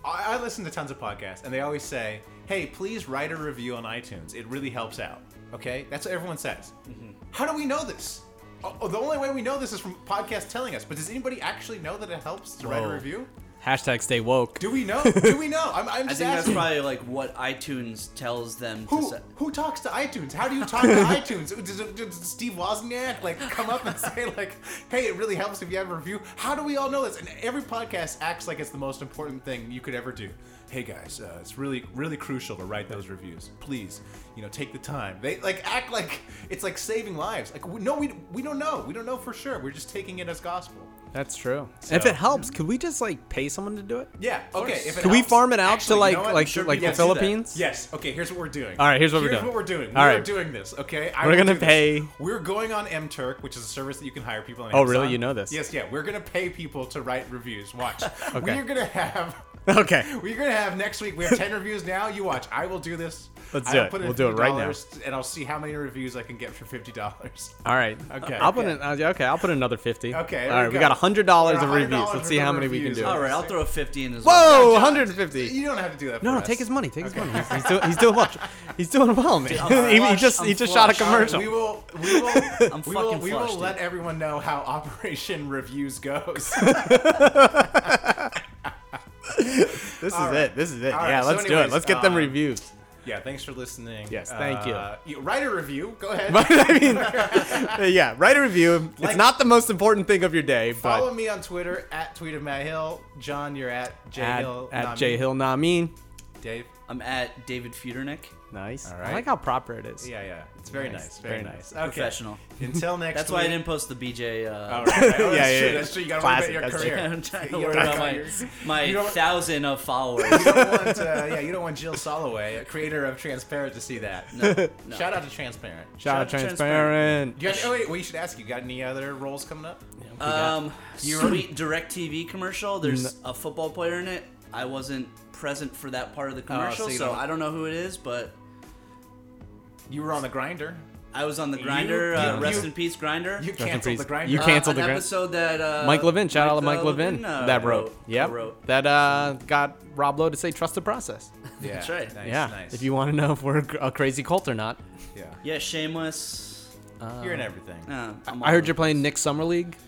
I, I listen to tons of podcasts, and they always say, "Hey, please write a review on iTunes. It really helps out." Okay, that's what everyone says.
Mm-hmm.
How do we know this? Oh, the only way we know this is from podcasts telling us. But does anybody actually know that it helps to write a
Whoa. <laughs>
review?
Hashtag stay woke.
Do we know? do we know? I'm, I'm
I
just
think that's
asking.
probably like what iTunes tells them to
who,
say.
who talks to iTunes? How do you talk to iTunes? Does, does Steve Wozniak like come up and <laughs> say like, "Hey, it really helps if you have a review"? How do we all know this? And every podcast acts like it's the most important thing you could ever do. Hey guys, uh, it's really really crucial to write those reviews. Please, you know, take the time. They like act like it's like saving lives. Like we, no, we we don't know. We don't know for sure. We're just taking it as gospel.
That's true. if it helps, could we just like pay someone to do it?
Yeah. Okay. If it
Could we
helps-
farm it out
Actually,
to
you
like
know what?
like
Sure,
like
we can
the
do that.
Philippines?
Yes. Okay. Here's what we're doing.
All right, here's what we're doing.
Here's what we're doing.
All
we're
right.
doing this. Okay. I
We're
will
gonna
do this.
pay-
We're going on MTurk, which is a service that you can hire people. On
Oh, really?
Amazon.
You know this.
Yes. Yeah. We're gonna pay people to write reviews.
<laughs>
Watch. We're gonna have.
Okay.
<laughs> We're gonna have next week. We have ten reviews now. You watch. I will do this.
Let's
I
do
will
it.
Put in
We'll do it right now.
$50, and I'll see how many reviews I can get for fifty dollars.
All right.
Okay.
I'll put
Okay.
in, uh, okay. I'll put another fifty.
Okay,
All
there
right.
we
We
go.
got hundred dollars
We're
of
$100
reviews. Let's see
worth
how
of
many we can
reviews.
do.
All right, I'll throw a 50 in as well.
Whoa, 150.
You don't have to do that. For
No, no,
us.
take his money. Take his
Okay.
money. He's, he's, doing, he's doing well. He's doing well, man. <laughs>
I'm
he, he
flush,
just
I'm
he just shot
flush.
a commercial.
We will. We will. I'm we will,
fucking
we will
flushed,
let
dude.
everyone know how <laughs> Operation Reviews
<laughs>
goes.
this is
all right.
it. This is it.
All
yeah,
right, so
let's do it.
anyways,
Let's get them
um,
reviews.
yeah. Thanks for listening.
Yes, thank you.
you. Write a review. Go
<laughs>
ahead.
I mean, uh, yeah, write a review.
Like-
it's not the most important thing of your day,
Follow
but
me on Twitter at tweet of Matt Hill. John, you're at J
at,
Hill.
at J Hill Namin.
Dave.
I'm at David Futernick.
Nice.
right.
I like how proper it is.
Yeah, yeah. It's very nice.
Nice,
very,
very
nice.
nice.
Okay.
Professional.
<laughs> Until next.
That's why I
week-
didn't post the BJ. Uh,
All
<laughs>
right, <laughs> right. Oh,
Yeah,
that's
yeah,
troo,
yeah.
That's true. You gotta worry about
Classic,
your
that's
career.
I'm trying to
You
worry
gotta-
about my,
you
my
don't-
thousand
<laughs>
of followers.
You don't want, uh, yeah, you don't want Jill Soloway, creator of Transparent, to see that. Shout out to Transparent.
Shout out transparent.
Do you guys, oh wait, we should ask you. Got any other roles coming up?
Um, sweet direct TV commercial. There's a football player in it. I wasn't present for that part of the commercial,
Oh, so
so,
you don't-
I don't know who it is, but
You were on the grinder.
I was on the grinder. uh,
you-
rest
you-
in peace, grinder.
You
Rest in
canceled
peace.
the grinder.
You
Uh,
canceled
an
the grinder.
episode that uh,
Mike Levin, shout out to
uh,
Mike Levin,
uh,
that wrote, yep,
co-wrote.
that uh got Rob Lowe to say trust the process.
Yeah,
That's right.
Nice,
yeah,
Ah, nice.
if you want to know if we're a crazy cult or not,
yeah.
Yeah, shameless.
you're in everything.
Uh, I'm
I
all-
heard you're playing Nick Summer League. <laughs>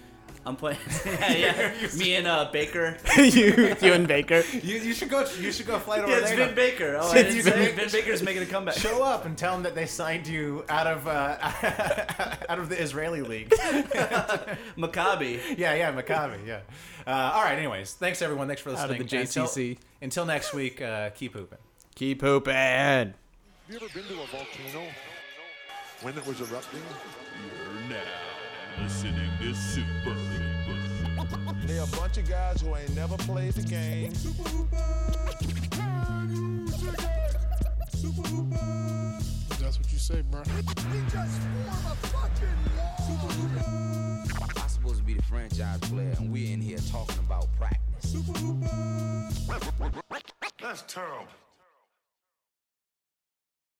I'm playing. <laughs>
<laughs>
yeah, yeah. Me and uh, Baker.
you, you and Baker.
You, you should go. You should go flight over
Yeah, it's
there.
Vin Baker. Oh, I
Since
didn't
you
say
can
it.
make-
Vin Baker's making a comeback.
Show up and tell them that they signed you out of uh, <laughs> out of the Israeli
<laughs>
league.
Maccabi.
Yeah, yeah, Maccabi. Yeah. Uh, all right. Anyways, thanks everyone. Thanks for
of
listening.
the JCC.
Until, until next week, uh, keep hooping.
Keep hooping.
Have you ever been to a volcano when it was erupting?
You're now listening to Super.
They a bunch of guys who ain't never played the game.
That's what you say, bro.
I'm supposed to be the franchise player, and we're in here talking about practice.
That's terrible.